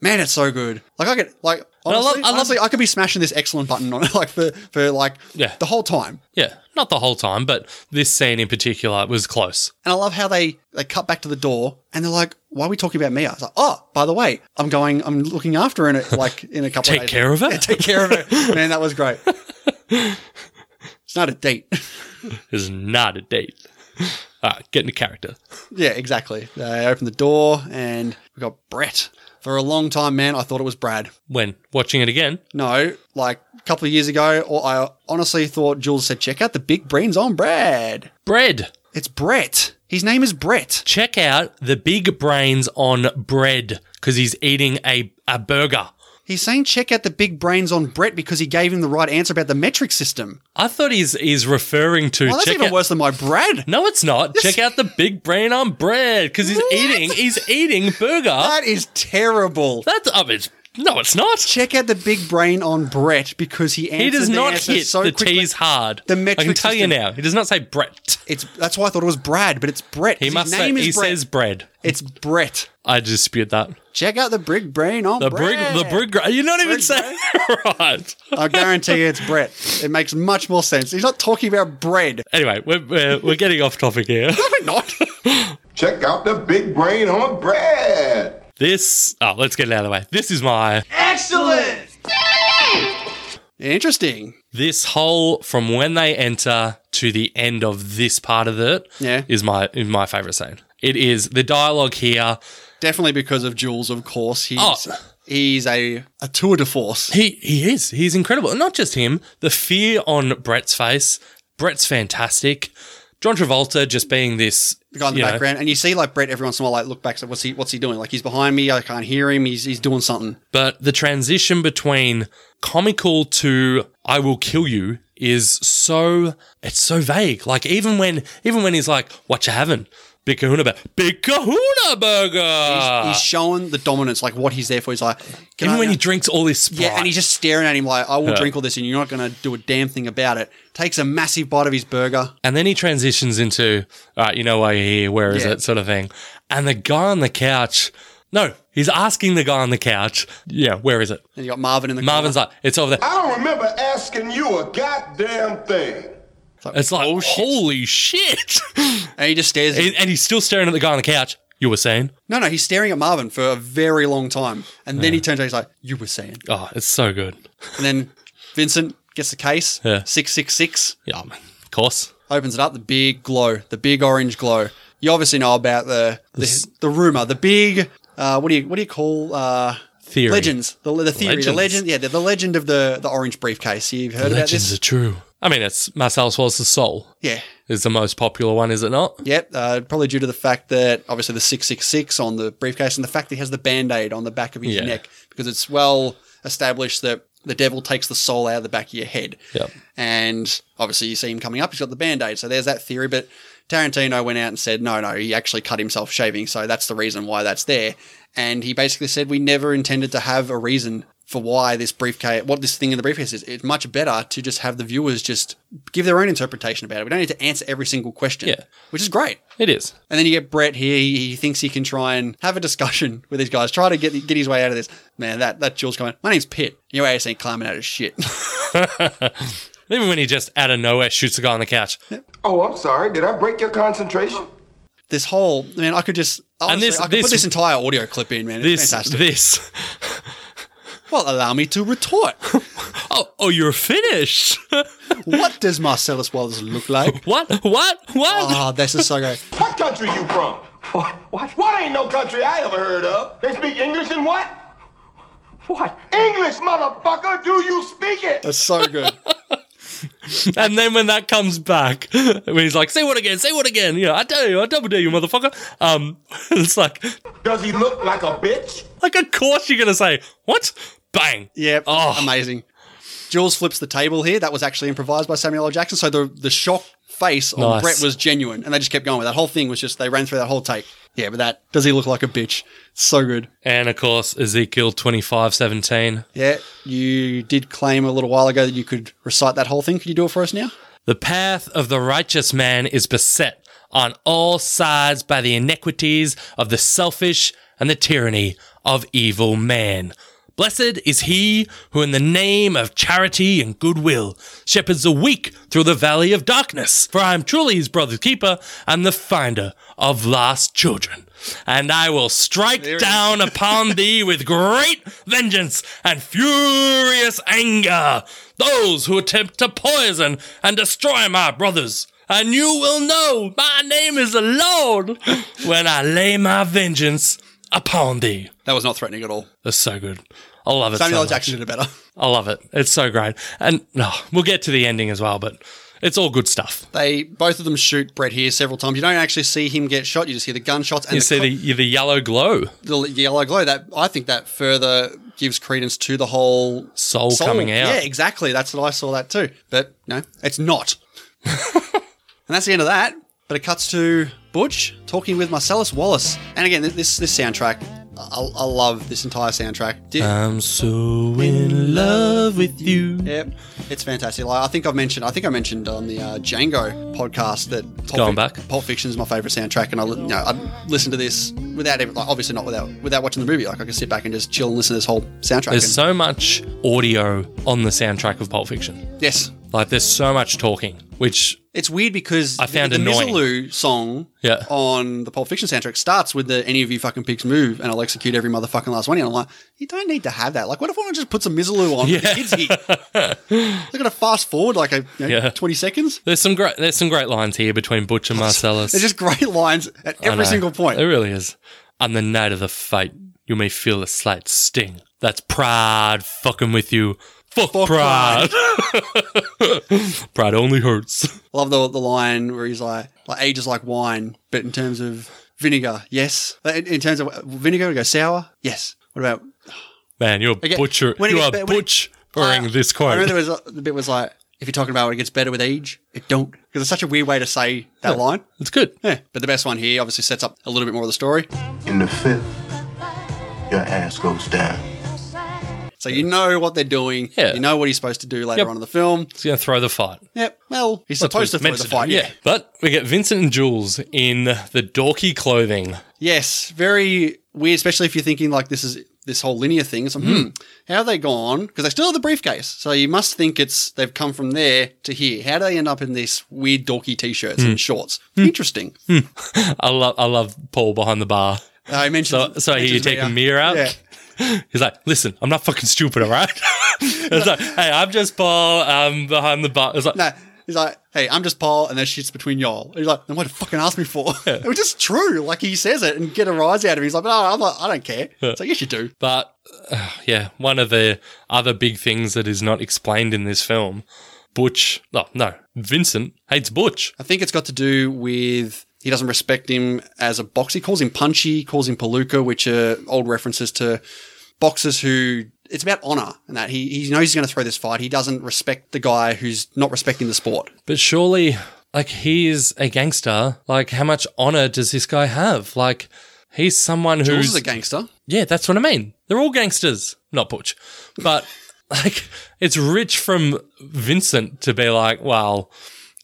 man, it's so good. Like I could, like,
I love-
honestly, honestly, I,
I love-
could be smashing this excellent button on it, [LAUGHS] like for, for like
Yeah.
the whole time.
Yeah, not the whole time, but this scene in particular was close.
And I love how they, they cut back to the door and they're like, why are we talking about Mia? It's like, oh, by the way, I'm going, I'm looking after her in
[LAUGHS]
a, like in a couple of
Take
days.
care of her.
[LAUGHS] Yeah, take care of her. man, that was
[LAUGHS]
great. it's not a date.
It's not a date. ah, get into character.
Yeah, exactly. They open the door and we got Brett. For a long time, man, I thought it was Brad.
When watching it again,
No, like a couple of years ago, or I honestly thought Jules said, check out the big brains on Brad.
bread.
It's Brett. His name is Brett.
Check out the big brains on bread because he's eating a, a burger.
He's saying check out the big brains on Brett because he gave him the right answer about the metric system.
I thought he's he's referring to
Well, that's
check
even
out-
worse than my Brad.
No, it's not. Check out the big brain on bread because he's
What?
eating he's eating burger.
That is terrible.
That's I mean, no, it's not.
Check out the big brain on Brett because he answered
He does
the
not
answer
hit
so
the
quickly.
T's hard.
The
I can
metric
tell you
system-
now. He does not say Brett.
It's that's why I thought it was Brad, but it's Brett.
He
His
must say
name
he
is Brett.
says bread.
it's Brett.
I dispute that.
Check out the big brain on
The brig,
Brett.
the brig. You're not even
Brig
saying [LAUGHS] right.
I guarantee you it's Brett. It makes much more sense. He's not talking about bread.
Anyway, we're, we're, we're getting off topic
[LAUGHS]
here.
Probably not.
Check out the big brain on Brad.
This. Oh, let's get it out of the way. This is my.
Interesting.
This whole from when they enter to the end of this part of it is
Yeah.
my is my favorite scene. It is the dialogue here.
Definitely because of Jules, of course. He's
Oh.
he's a, a tour de force.
He he is. He's incredible. And Not just him. The fear on Brett's face. Brett's fantastic. John Travolta just being this
the guy in the
you know,
background, and you see like Brett every once in a while, like look back, so what's he, what's he doing? Like he's behind me, I can't hear him. He's he's doing something.
But the transition between comical to I will kill you is so it's so vague. Like even when even when he's like, what you having? Big kahuna burger. Big kahuna burger.
he's showing the dominance, like what he's there for. He's like, "Can
Ah. even
I-
when he drinks all this Sprite.
yeah, and he's just staring at him like, I will drink all this, and you're not going to do a damn thing about it. Takes a massive bite of his burger.
And then he transitions into, all right, you know why you're here, where is
Yeah.
it, sort of thing. And the guy on the couch, no, he's asking the guy on the couch, yeah, where is it?
And you got Marvin in the
Marvin's like, it's over there.
I don't remember asking you a goddamn thing.
It's like, holy shit. [LAUGHS]
corner, and he just stares. At him.
and, and he's still staring at the guy on the couch. You were saying?
No, no, he's staring at Marvin for a very long time, and then he turns. around, He's like, "You were saying,"
Oh, it's so good.
and then Vincent gets the case.
Yeah.
Six six six.
Yeah, man. Of course.
opens it up, the big glow, the big orange glow. You obviously know about the the, the rumor, the big uh, what do you what do you call uh,
Theory.
legends? The, the theory, the
Legends.
legend, yeah, the, the legend of the the orange briefcase. You've heard about
Legends
this,
are true. I mean, it's Marcel Schwartz's soul
yeah.
is the most popular one, is it not?
Yep, uh, probably due to the fact that obviously the 666 on the briefcase and the fact that he has the band aid on the back of his
Yeah.
neck because it's well established that the devil takes the soul out of the back of your head.
Yep.
And obviously, you see him coming up, he's got the band aid. So there's that theory. But Tarantino went out and said, no, no, he actually cut himself shaving. So that's the reason why that's there. And he basically said, we never intended to have a reason for why this briefcase, what this thing in the briefcase is. It's much better to just have the viewers just give their own interpretation about it. We don't need to answer every single question,
Yeah.
which is great.
It is.
And then you get Brett here. He, he thinks he can try and have a discussion [LAUGHS] with these guys, try to get get his way out of this. Man, that that Jules coming. My name's Pitt. Your ass ain't climbing out of shit. [LAUGHS]
Even when he just out of nowhere shoots the guy on the couch.
Oh, I'm sorry. Did I break your concentration?
this whole man, I could just honestly,
this-
I could
this-
put this entire audio clip in, man. It's
This,
fantastic.
this.
well, allow me to retort.
[LAUGHS] Oh, oh, you're finished.
what does Marcellus Wallace look
[LAUGHS]
like?
what? What? What?
Ah, this is so great.
What country you from? What? What? What ain't no country I ever heard of? They speak English and what? What? English, motherfucker! Do you speak it?
That's so good.
And then when that comes back, [LAUGHS] when he's like, "Say what again? Say what again?" You know, I tell you, I double dare you, motherfucker. Um, [LAUGHS] it's like,
Does he look like a bitch?
like of course you're gonna say what? Bang.
Yeah,
Oh.
amazing. Jules flips the table here. That was actually improvised by Samuel L. Jackson. So the the shock face on
Nice.
Brett was genuine, and they just kept going with that whole thing. Was just they ran through that whole take. Yeah, but that does he look like a bitch? So good.
And of course, Ezekiel twenty five seventeen.
Yeah, you did claim a little while ago that you could recite that whole thing. Can you do it for us now?
The path of the righteous man is beset on all sides by the iniquities of the selfish and the tyranny of evil man. Blessed is he who, in the name of charity and goodwill, shepherds the weak through the valley of darkness. For I am truly his brother's keeper and the finder of lost children. And I will strike down
[LAUGHS]
upon thee with great vengeance and furious anger those who attempt to poison and destroy my brothers. and you will know my name is the Lord when I lay my vengeance upon thee.
That was not threatening at all.
That's so good. I love it.
Samuel
so
L. Jackson did it better.
much. I love it. It's so great. And no, we'll get to the ending as well, but it's all good stuff.
They both of them shoot Brett here several times. You don't actually see him get shot. You just hear the gunshots and
You
the
see
cl-
the the yellow glow.
the yellow glow. That I think that further gives credence to the whole
Soul coming out.
Yeah, exactly. That's what I saw that too. But no,
[LAUGHS]
it's not. and that's the end of that. But it cuts to Butch talking with Marcellus Wallace. And again, this this soundtrack, I, I love this entire soundtrack. Did,
I'm so in love with you.
Yep, it's fantastic. Like, I think I've mentioned, I think I mentioned on the uh, Django podcast that Pulp,
Going back.
Pulp Fiction is my favorite soundtrack, and I, li- you know, I listen to this without, ever, like, obviously not without without watching the movie. Like I can sit back and just chill and listen to this whole soundtrack.
There's
and-
so much audio on the soundtrack of Pulp Fiction.
yes,
Like there's so much talking, which
it's weird because
I found
the, the
annoying.
Mizzaloo song
Yeah.
on the Pulp Fiction soundtrack starts with the "Any of you fucking pigs move" and I'll execute every motherfucking last one. And I'm like, you don't need to have that. Like, what if I just put some Mizzaloo on? Yeah. The
Yeah.
kids
[LAUGHS]
here? They're gonna fast forward like a you know,
Yeah.
20 seconds.
there's some great there's some great lines here between Butch
[LAUGHS]
and Marcellus.
They're just great [LAUGHS] lines at
I
every
know.
single point.
It really is. On the night of the fight, you may feel a slight sting. That's pride fucking with you. Fuck,
Fuck
pride. [LAUGHS] pride only hurts.
Love the the line where he's like, like age is like wine, but in terms of vinegar, yes. In, in terms of vinegar, we go sour, yes. What about?
Man, you're
Okay,
butcher.
when it
You are
gets better- when it-
butchering this
I
quote.
remember there was a, the bit was like, if you're talking about it gets better with age, it don't because it's such a weird way to say that line.
it's good.
Yeah, but the best one here obviously sets up a little bit more of the story,
In the fifth, your ass goes down.
so you know what they're doing.
Yeah.
you know what he's supposed to do later
Yep.
on in the film.
It's gonna throw the fight.
Yep. Well, he's
That's what
supposed to
it's
throw
meant
the
do,
fight. Yeah.
But we get Vincent and Jules in the dorky clothing.
Yes, very weird, especially if you're thinking like this is this whole linear thing. It's like, hmm, how have they gone? Because they still have the briefcase, so you must think it's they've come from there to here. How do they end up in these weird dorky t-shirts
Hmm.
and shorts? Interesting.
I love I love Paul behind the bar.
I mentioned
So, so
mentions
you take a mirror out.
Yeah.
He's like, listen, I'm not fucking stupid, all right? [LAUGHS] it's like, hey, I'm just Paul. I'm behind the bar. It's like,
No, he's like, hey, I'm just Paul, and that shit's between y'all. And he's like, then what the fucking ask me for? [LAUGHS] it was just true. Like he says it and get a rise out of him. He's like, no, I'm like, I don't care. It's like yes, you do.
but [SIGHS] uh, yeah, one of the other big things that is not explained in this film, Butch. Oh no, Vincent hates Butch.
I think it's got to do with he doesn't respect him as a boxer. He calls him punchy, calls him palooka, which are old references to boxers who. It's about honor and that he, he knows he's going to throw this fight. He doesn't respect the guy who's not respecting the sport.
But surely, like, he is a gangster. Like, how much honor does this guy have? Like, he's someone who's
Jules is a gangster.
Yeah, that's what I mean. They're all gangsters, not Butch. But [LAUGHS] like, it's rich from Vincent to be like, "Well,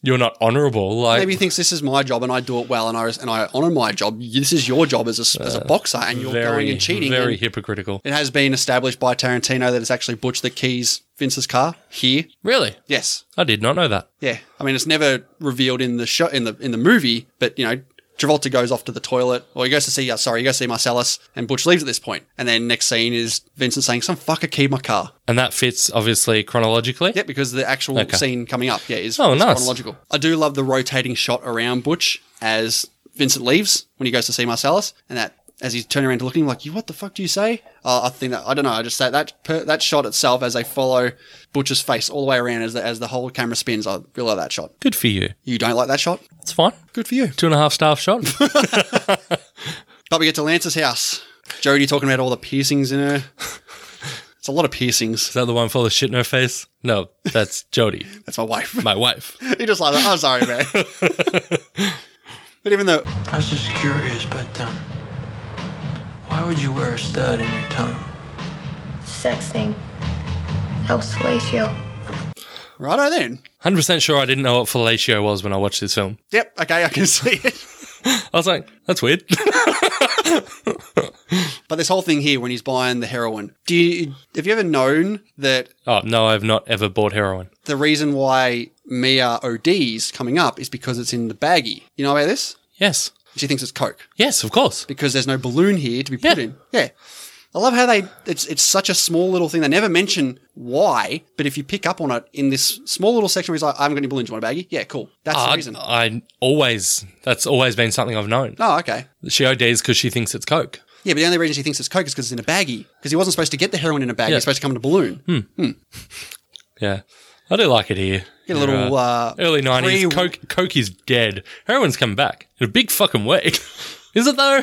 you're not honourable." Like,
Maybe he thinks this is my job and I do it well and I and I honor my job. This is your job as a, s- as a boxer and you're going and cheating.
Uh, very
and
hypocritical.
it has been established by Tarantino that it's actually Butch that keys Vince's car here.
Really,
Yes,
I did not know that.
Yeah, I mean, it's never revealed in the show in the in the movie, but you know, Travolta goes off to the toilet, or he goes to see. Uh, sorry, he goes to see Marcellus, and Butch leaves at this point. And then next scene is Vincent saying, "Some fucker keyed my car."
And that fits obviously chronologically.
Yeah, because the actual
Okay.
scene coming up, yeah, is,
Oh,
is
nice.
chronological. I do love the rotating shot around Butch as Vincent leaves when he goes to see Marcellus, and that as he's turning around to look at him, like, "You, what the fuck do you say?" Uh, I think that I don't know. I just say that per, that shot itself as they follow Butch's face all the way around as the, as the whole camera spins. I really like that shot.
Good for you.
You don't like that shot?
It's fine.
Good for you.
Two and a half star
[LAUGHS]
shot.
But we get to Lance's house. Jodie talking about all the piercings in her. It's a lot of piercings.
Is that the one full of shit in her face? No, that's Jody,
That's my wife. [LAUGHS]
my wife.
He just like, I'm sorry, man. but even though
I was just curious, but um, why would you wear a stud in your tongue?
Sexing helps fellatio.
righto then.
Hundred percent sure I didn't know what fellatio was when I watched this film.
Yep, okay, I can see it.
I was like, that's weird. [LAUGHS]
But this whole thing here when he's buying the heroin. Do you have you ever known that
oh no, I've not ever bought heroin.
the reason why Mia OD's coming up is because it's in the baggie? You know about this?
Yes.
She thinks it's coke.
Yes, of course.
Because there's no balloon here to be put
Yeah.
in. Yeah. I love how they it's it's such a small little thing. They never mention why, but if you pick up on it in this small little section where he's like, I haven't got any balloons, you want a baggie? Yeah, cool. That's the
Oh, I,
reason.
I always, that's always been something I've known.
oh, okay.
She ODs because she thinks it's Coke.
Yeah, but the only reason she thinks it's coke is because it's in a baggie. Because he wasn't supposed to get the heroin in a baggie,
Yeah. Hmm.
he's supposed to come in a balloon.
Yeah. I do like it here.
Get a little uh,
Early 90s.
pre-
Coke, Coke is dead. Heroin's come back in a big fucking way. [LAUGHS] is it though?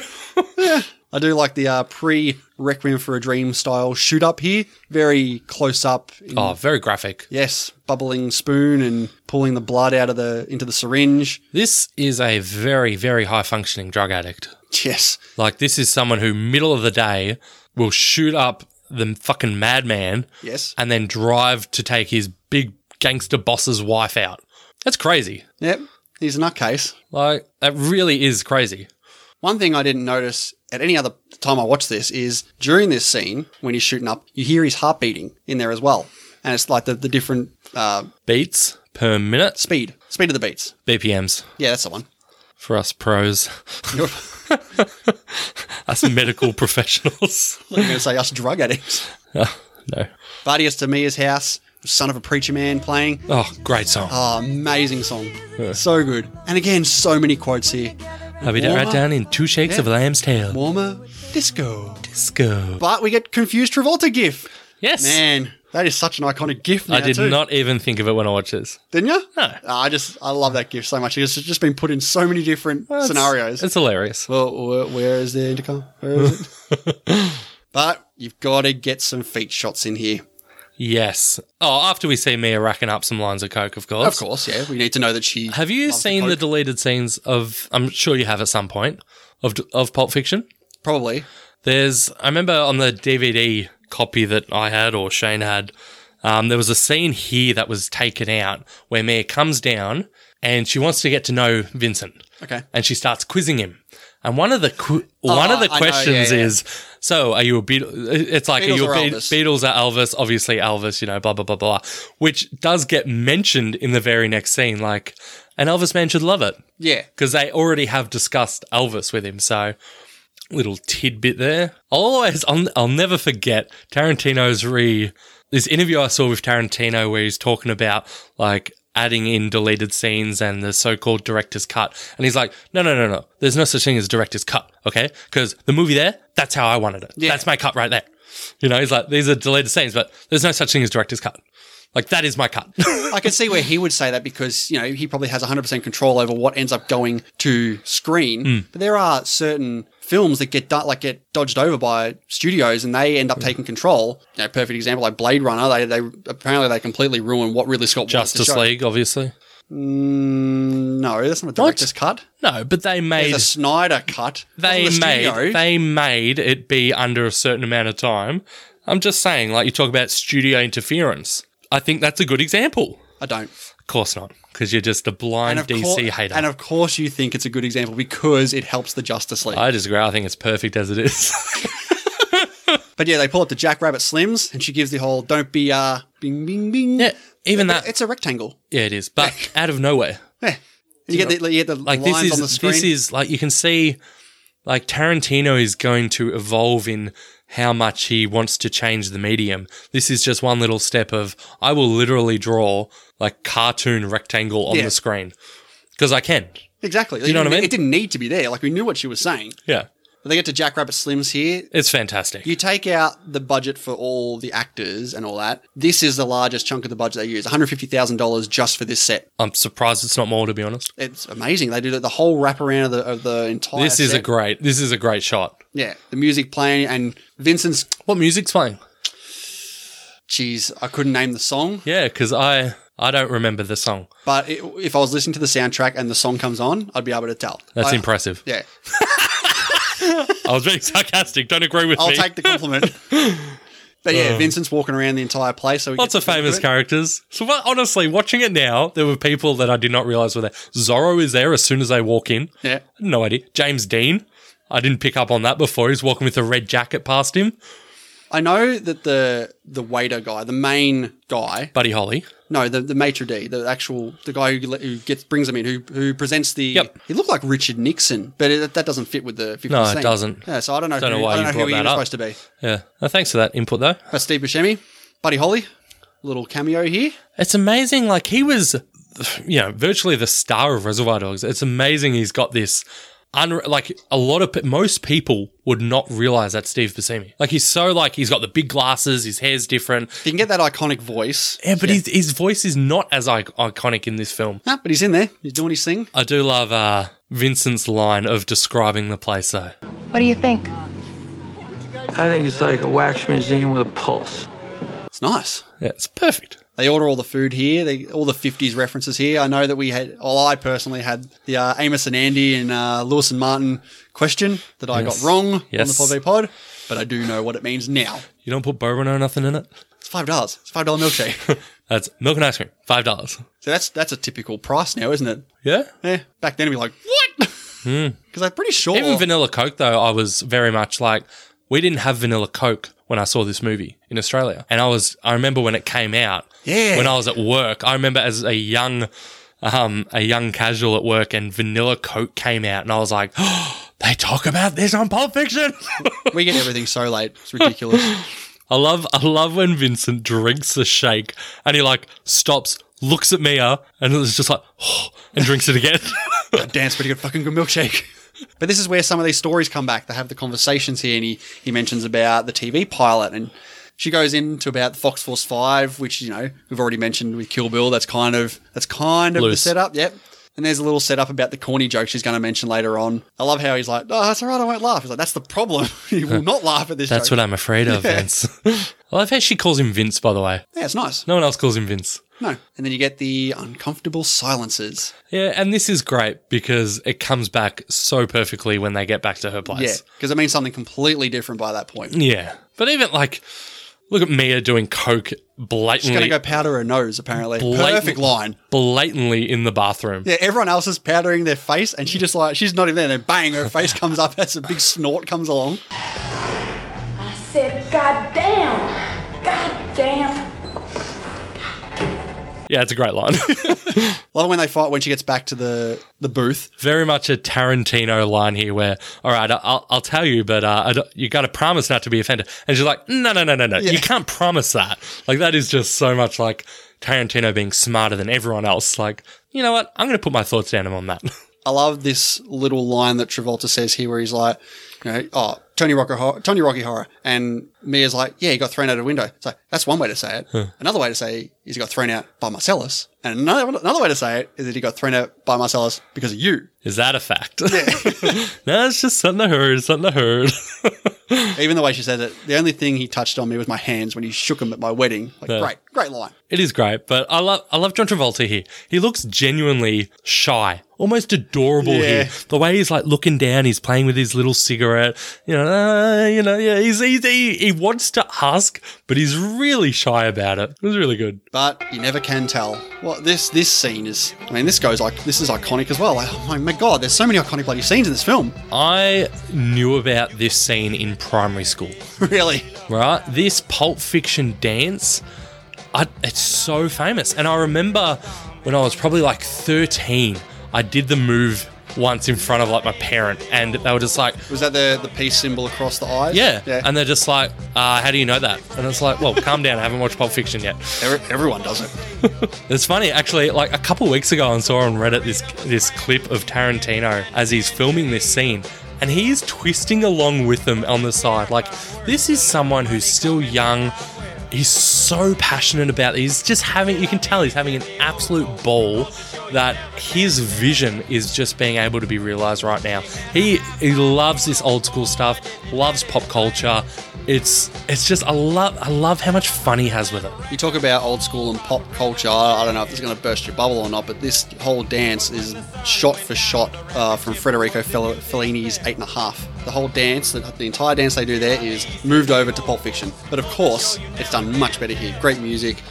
I do like the uh, pre Requiem for a Dream style shoot up here. Very close up. In,
Oh, very graphic.
Yes, bubbling spoon and pulling the blood out of the into the syringe. [LAUGHS]
This is a very, very high functioning drug addict.
Yes.
Like, this is someone who, middle of the day, will shoot up the fucking madman
Yes.
and then drive to take his big gangster boss's wife out. That's crazy.
Yep. He's a nutcase.
Like, that really is crazy.
One thing I didn't notice at any other time I watched this is during this scene when he's shooting up, you hear his heart beating in there as well. And it's like the, the different uh,
Beats per minute,
speed, speed of the beats.
BPMs
Yeah, that's the one.
for us
[LAUGHS]
pros,
You're
us medical professionals. [LAUGHS] Ah,
going to say us [LAUGHS] drug addicts.
No.
Buddy is to Mia's house, son of a preacher man playing.
Oh, great song.
Oh, amazing song. So good. And again, so many quotes here.
I'll be right
Warmer.
down in two shakes of lamb's tail.
Warmer disco.
Disco.
But we get confused Travolta gif.
Yes.
Man, that is such an iconic gif. Now
I did
too.
not even think of it when I watched this.
Didn't you?
No.
Ah, I just I love that gif so much. It's just been put in so many different
It's-
scenarios.
It's hilarious.
well, where, where is the intercom? Where is it?
[LAUGHS]
but you've got to get some feet shots in here.
Yes. Oh, after we see Mia racking up some lines of coke, of course.
Of course, yeah. We need to know that she.
Have you
loves
seen the,
coke.
deleted scenes of? I'm sure you have at some point of of Pulp Fiction.
probably?
There's, I remember on the DVD copy that I had or Shane had, um, there was a scene here that was taken out where Mia comes down and she wants to get to know Vincent.
Okay. Oh,
And she starts quizzing him. And one of the qu- one of the
I know, yeah,
questions
yeah.
is, so are you a Beatles? It's like
Beatles
are you
or
a Be-
Elvis?
Beatles or Elvis? Obviously Elvis, you know, blah blah blah blah, which does get mentioned in the very next scene. Like, an Elvis man should love it
Yeah.
because they already have discussed Elvis with him. So, little tidbit there. I'll always, I'll, I'll never forget Tarantino's re this interview I saw with Tarantino where he's talking about like adding in deleted scenes and the so-called director's cut, and he's like, no, no, no, no, there's no such thing as director's cut, okay? Because the movie there, that's how I wanted it. That's my cut right there. You know, he's like, these are deleted scenes, but there's no such thing as director's cut. Like that is my cut.
I can see where he would say that because, you know, he probably has 100% control over what ends up going to screen.
Hmm.
But there are certain films that get do- like get dodged over by studios and they
Hmm.
end up taking control. You know, perfect example like Blade Runner, they, they apparently they completely ruin what Ridley Scott wants to
Justice
show.
League, obviously.
Mm, no, that's not a director's cut.
No, but they made
It's a Snyder cut.
they
From the
made
studio.
they made it be under a certain amount of time. I'm just saying, like you talk about studio interference. I think that's a good example.
I don't.
Of course not, because you're just a blind DC
cour-
hater.
and of course you think it's a good example because it helps the Justice League.
I disagree. I think it's perfect as it is.
But yeah, they pull up the Jackrabbit Slims, and she gives the whole "Don't be uh bing bing bing."
Yeah, [LAUGHS] even
But
that-
[LAUGHS] It's a rectangle.
yeah, it is. But out of nowhere,
Yeah, you get the you get the
like this
lines
is
on the screen.
this is like you can see, like Tarantino is going to evolve in how much he wants to change the medium. This is just one little step of I will literally draw like cartoon rectangle on
Yeah.
the screen because I can.
exactly.
you know what I mean?
It didn't need to be there. Like we knew what she was saying.
Yeah.
But they get to Jackrabbit Slims here.
It's fantastic.
You take out the budget for all the actors and all that. This is the largest chunk of the budget they use, one hundred fifty thousand dollars just for this set.
I'm surprised it's not more, to be honest.
It's amazing. They do the whole wraparound of the of the entire.
This is a
set.
great. This is a great shot.
yeah. The music playing and Vincent's.
What music's playing?
Jeez, I couldn't name the song.
Yeah, because I I don't remember the song.
But it, if I was listening to the soundtrack and the song comes on, I'd be able to tell.
That's
I-
impressive.
Yeah,
I was being sarcastic. Don't agree with
I'll
me. Oh.
take the
[LAUGHS]
compliment. but yeah, Vincent's walking around the entire place. So we
Lots
get
of
to
famous
do it.
characters. So what, honestly, watching it now, there were people that I did not realize were there. Zorro is there as soon as they walk in.
Yeah.
No idea. James Dean. I didn't pick up on that before. He's walking with a red jacket past him.
I know that the the waiter guy, the main guy,
Buddy Holly.
No, the, the maitre d, the actual the guy who, who gets brings them in, who who presents the.
Yep.
He looked like Richard Nixon, but it, that doesn't fit with the. 50
No, it doesn't.
Yeah, so I don't know.
Don't know
who,
why
I don't
you
know who
brought
he
that
was
up.
supposed to be.
Yeah. No, thanks for that input, though.
But Steve Buscemi, Buddy Holly, little cameo here.
It's amazing. Like he was, you know, virtually the star of Reservoir Dogs. It's amazing he's got this. Unre- like a lot of pe- most people would not realize that's Steve Buscemi. Like he's so like he's got the big glasses, his hair's different.
If you can get that iconic voice.
Yeah, but His, his voice is not as I- iconic in this film.
Ah, but he's in there. He's doing his thing.
I do love uh, Vincent's line of describing the place though.
What do you think?
I think it's like a wax museum with a pulse.
It's nice.
Yeah, it's perfect.
They order all the food here. They all the fifties references here. I know that we had. Well, I personally had the uh, Amos and Andy and uh, Lewis and Martin question that I
Yes.
got wrong
Yes.
on the Pod Pod, but I do know what it means now.
You don't put bourbon or nothing in it.
It's five dollars. It's five dollar milkshake. [LAUGHS]
That's milk and ice cream, five dollars.
so that's that's a typical price now, isn't it?
Yeah.
Yeah. Back then, it'd be like what? [LAUGHS] Because I'm pretty sure
Hmm. Even vanilla Coke, though, I was very much like, we didn't have vanilla Coke when I saw this movie in Australia, and I was, I remember when it came out.
Yeah.
When I was at work, I remember as a young, um, a young casual at work, and vanilla Coke came out, and I was like, [GASPS] oh, they talk about this on Pulp Fiction. [LAUGHS]
we get everything so late. It's ridiculous.
I love, I love when Vincent drinks a shake, and he like stops, looks at Mia, and it's just like, oh, and drinks it again.
Dan's pretty good fucking good milkshake. [LAUGHS] But this is where some of these stories come back. They have the conversations here, and he, he mentions about the TV pilot, and she goes into about Fox Force Five, which you know we've already mentioned with Kill Bill. That's kind of that's kind of
Loose.
the setup. Yep. And there's a little setup about the corny joke she's going to mention later on. I love how he's like, "Oh, that's all right, I won't laugh." He's like, "That's the problem. [LAUGHS] you will not laugh at
[LAUGHS]
this."
That's
joke.
what I'm afraid of, Vince. [LAUGHS] I love how she calls him Vince, by the way.
yeah, it's nice.
No one else calls him Vince.
No, and then you get the uncomfortable silences.
Yeah, and this is great because it comes back so perfectly when they get back to her
Yeah,
place.
because it means something completely different by that point.
Yeah. But even like, look at Mia doing coke
She's
blatantly,
going to go powder her nose, apparently.
Mm. Blatant-
Perfect line.
blatantly in the bathroom.
Yeah, everyone else is powdering their face, and she just like she's not even there. And then bang, her face comes up as a big snort comes along.
I said, God damn! God damn!
Yeah, it's a great line. [LAUGHS]
Love it when they fight when she gets back to the the booth.
Very much a Tarantino line here, where all right, I- I'll, I'll tell you, but uh, I don't- you got to promise not to be offended. And she's like, no, no, no, no, no, you can't promise that. Like that is just so much like Tarantino being smarter than everyone else. Like, you know what? I'm going to put my thoughts down on that. [LAUGHS]
I love this little line that Travolta says here, where he's like, you know, oh Tony Rocky, Hor- Tony Rocky Horror, and Mia's like, yeah, he got thrown out a window. It's like that's one way to say it. Another way to say is he got thrown out by Marcellus, and another another way to say it is that he got thrown out by Marcellus because of you.
Is that a fact? [LAUGHS] no, it's just something I heard, something I heard.
Even the way she said it, the only thing he touched on me was my hands when he shook them at my wedding. Like, great, great line.
It is great, but I love I love John Travolta here. He looks genuinely shy, almost adorable
Yeah.
here. The way he's like looking down, he's playing with his little cigarette. You know, uh, you know, yeah. He's, he's he, he wants to ask, but he's really shy about it. It was really good.
but you never can tell. Well, this this scene is. I mean, this goes like this is iconic as well. Like, oh my, my god, there's so many iconic bloody scenes in this film. [LAUGHS]
I knew about this scene in primary school.
really,
right? This Pulp Fiction dance, I, it's so famous. And I remember when I was probably like 13, I did the move once in front of like my parent, and they were just like,
was that the the peace symbol across the eyes?
yeah.
yeah.
And they're just like, uh, how do you know that? And it's like, well, calm down. I haven't watched Pulp Fiction yet.
Every, everyone does it.
It's funny, actually. Like a couple weeks ago, I saw on Reddit this this clip of Tarantino as he's filming this scene, and he is twisting along with them on the side. Like this is someone who's still young. He's so passionate about it. He's just having, you can tell he's having an absolute ball that his vision is just being able to be realized right now. He he loves this old school stuff, loves pop culture. It's it's just I love I love how much fun he has with it.
You talk about old school and pop culture. I I don't know if it's going to burst your bubble or not, but this whole dance is shot for shot uh, from Federico Fel- Fellini's Eight and a Half. The whole dance, the, the entire dance they do there, is moved over to Pulp Fiction. But of course, it's done much better here. Great music,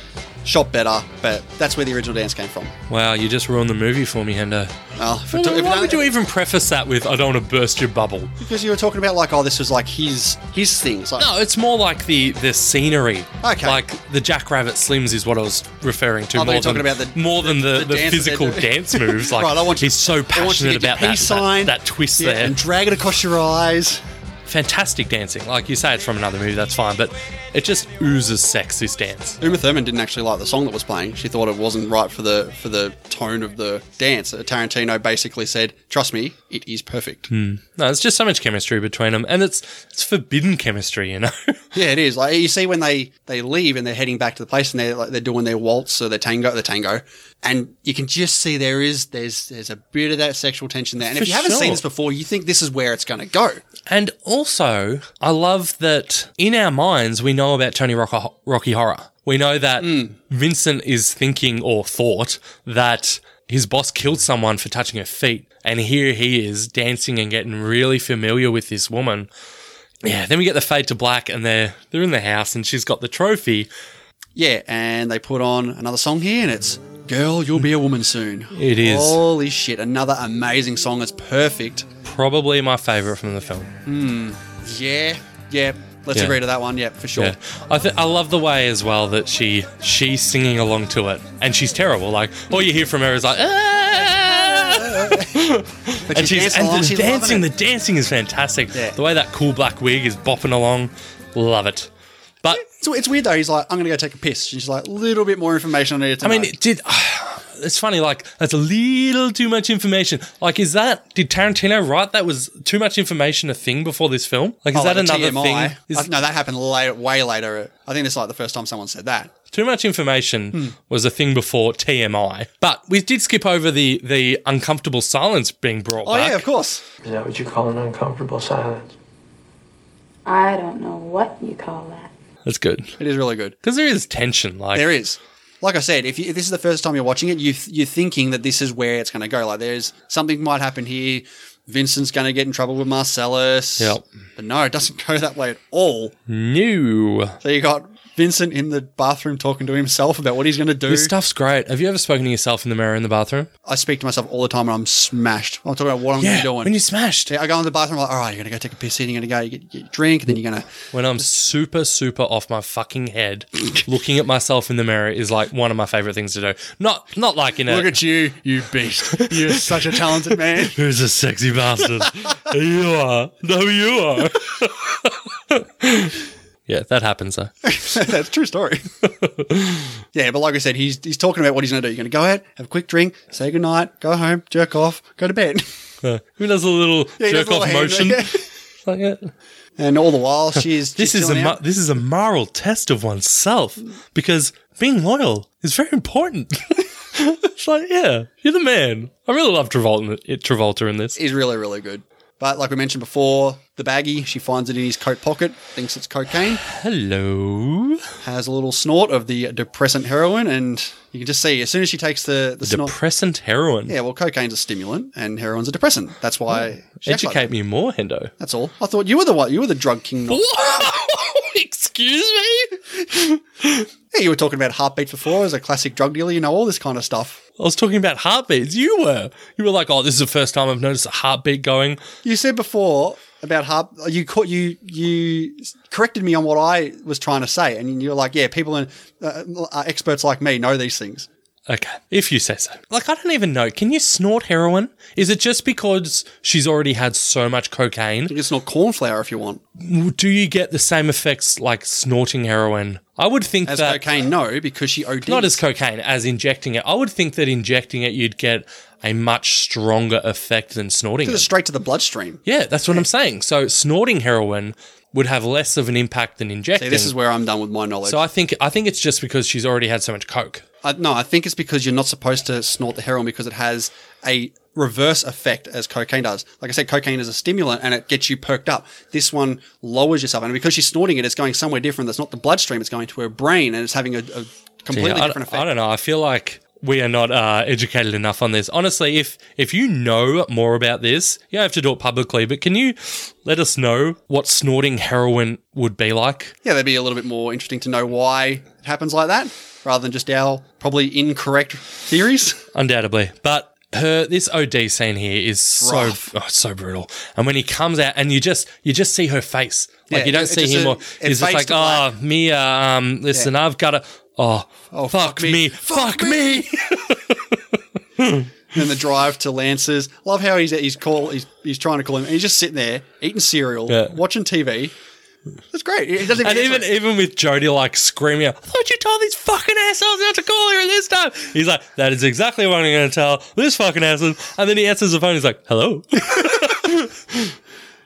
shot better, but that's where the original dance came from.
Wow, you just ruined the movie for me, Hendo.
Oh, if it-
Why
if it-
would you even preface that with "I don't want to burst your bubble"?
Because you were talking about like, oh, this was like his his thing. It's like,
No, it's more like the the scenery.
Okay.
Like the Jackrabbit Slims is what I was referring to.
Oh, I thought you
more
were talking
than,
about the-
more than the, the,
dance that
physical
they're doing.
dance [LAUGHS] moves. Like
Right, I want you-
he's so
I want you
passionate
to get your
about that,
peace
that-
sign.
that twist
yeah,
there.
and drag it across your eyes.
Fantastic dancing. Like you say, it's from another movie. That's fine, but it just oozes sex. This dance.
Uma Thurman didn't actually like the song that was playing. She thought it wasn't right for the for the tone of the dance. Uh, Tarantino basically said, "Trust me, it is
Hmm.
perfect."
No, it's just so much chemistry between them, and it's it's forbidden chemistry. You know. [LAUGHS]
Yeah, it is. Like you see when they they leave and they're heading back to the place and they're like they're doing their waltz or their tango, the tango, and you can just see there is there's there's a bit of that sexual tension there. And
For
if you haven't seen
sure.
this before, you think this is where it's going to go.
And also, I love that in our minds, we know about Tony Rocco- Rocky Horror. We know that Vincent is thinking or thought that his boss killed someone for touching her feet. And here he is dancing and getting really familiar with this woman. Yeah, then we get the fade to black and they're, they're in the house and she's got the trophy.
Yeah, and they put on another song here, and it's "Girl, You'll Be a Woman Soon."
It is.
Holy shit! Another amazing song. It's perfect.
Probably my favorite from the film.
Yeah, yeah. Let's
Yeah.
agree to that one. Yeah, for sure.
Yeah, I th- I love the way as well that she she's singing along to it, and she's terrible. Like all you hear from her is like, "Ah!"
But
and
she's
she's,
dancing
and
along,
the
she's loving
dancing, the
it.
dancing is fantastic.
Yeah.
The way that cool black wig is bopping along, love it. But
So it's weird though. He's like, "I'm gonna go take a piss." And she's like, "Little bit more information I needed to
I mean,
know."
it did. [SIGHS] It's funny, like that's a little too much information. Like, is that did Tarantino write that was too much information a thing before this film? Like, is
Oh,
that
like the
another
TMI.
thing? Is-
Uh, no, that happened later, way later. I think it's like the first time someone said that.
Too much information
Hmm.
was a thing before TMI, but we did skip over the the uncomfortable silence being brought
Oh
back.
yeah, of course.
Is that what you call an uncomfortable silence?
I don't know what you call that.
That's good
It is really good.
because there is tension. Like
There is. Like I said, if, you, if this is the first time you're watching it, you th- you're thinking that this is where it's going to go. Like there's something might happen here. Vincent's going to get in trouble with Marcellus.
Yep.
But no, it doesn't [LAUGHS] go that way at all.
new.
So you got Vincent in the bathroom talking to himself about what he's going to do.
This stuff's great. Have you ever spoken to yourself in the mirror in the bathroom?
I speak to myself all the time and I'm smashed. I'm talking about what I'm going to
when
be
you
doing.
smashed.
I go in the bathroom, I'm like, all right, you're going to go take a piss, then you're going to go you get, get your drink, and then you're going to
When I'm super super off my fucking head, looking at myself in the mirror is like one of my favorite things to do. Not not like in a
Look at you, you beast.
[LAUGHS]
You're such a talented man.
Who's a sexy
[LAUGHS]
bastard? you are. No, you are. [LAUGHS] yeah, that happens though.
[LAUGHS] That's a
[LAUGHS]
true story. yeah, but like I said, he's he's talking about what he's going to do. You're going to go out, have a quick drink, say goodnight, go home, jerk off, go to bed. [LAUGHS]
Uh, who does a little
Yeah, he
jerk
does a little
off
hand-
motion?
yeah.
Like, yeah.
And all the while,
[LAUGHS]
she's
This
she's
is a
chilling
mo-
out.
this is a moral test of oneself because being loyal is very important. [LAUGHS] it's like, yeah, you're the man. I really love Travolta in, Travolta in this.
is really really good. But like we mentioned before, the baggie she finds it in his coat pocket, thinks it's cocaine,
Hello,
has a little snort of the depressant heroin, and you can just see as soon as she takes the the snort.
depressant heroin.
yeah, well, cocaine's a stimulant and heroin's a depressant. That's why. she acts like
Oh, Educate
that.
me more,
[LAUGHS]
Hendo.
That's all. I thought you were the one. You were the drug king. not
Excuse me.
Yeah, you were talking about Heartbeat before as a classic drug dealer, you know, all this kind of stuff.
I was talking about heartbeats. You were. You were like, oh, this is the first time I've noticed a heartbeat going.
You said before about heart you caught you you corrected me on what I was trying to say and you were like, yeah, people and uh, uh, experts like me know these things.
Okay, if you say so. Like, I don't even know. Can you snort heroin? Is it just because she's already had so much cocaine?
You can snort corn flour if you want.
Do you get the same effects like snorting heroin? I would think
As
that.
cocaine, no, because she ODs.
Not as cocaine, as injecting it. I would think that injecting it, you'd get a much stronger effect than snorting
It's
it.
straight to the bloodstream.
Yeah, that's what I'm saying. So, snorting heroin would have less of an impact than injecting.
See, this is where I'm done with my knowledge.
so I think I think it's just because she's already had so much coke.
I, no, I think it's because you're not supposed to snort the heroin because it has a reverse effect as cocaine does. Like I said, cocaine is a stimulant and it gets you perked up. This one lowers yourself. And because she's snorting it, it's going somewhere different. That's not the bloodstream. It's going to her brain and it's having a, a completely
Yeah, I,
different effect.
I don't know. I feel like we are not uh, educated enough on this. Honestly, if if you know more about this, you don't have to do it publicly, but can you let us know what snorting heroin would be like?
Yeah, that'd be a little bit more interesting to know why it happens like that, rather than just our probably incorrect theories. [LAUGHS]
Undoubtedly, but her this OD scene here is so
Rough.
oh, it's so brutal. And when he comes out, and you just you just see her face, like
Yeah,
you don't
it-
see
it's
him.
a-
or,
it
he's just
fades
like,
to black.
oh, Mia, um, listen, I've got to. Oh, oh, fuck, me, fuck me.
and the drive to Lance's. Love how he's he's call he's he's trying to call him, and he's just sitting there eating cereal,
Yeah.
watching TV. That's great. It doesn't
And
even,
even even with Jody like screaming out, I thought you told these fucking assholes not to call her this time. He's like, that is exactly what I'm going to tell this fucking asshole. And then he answers the phone. He's like, hello.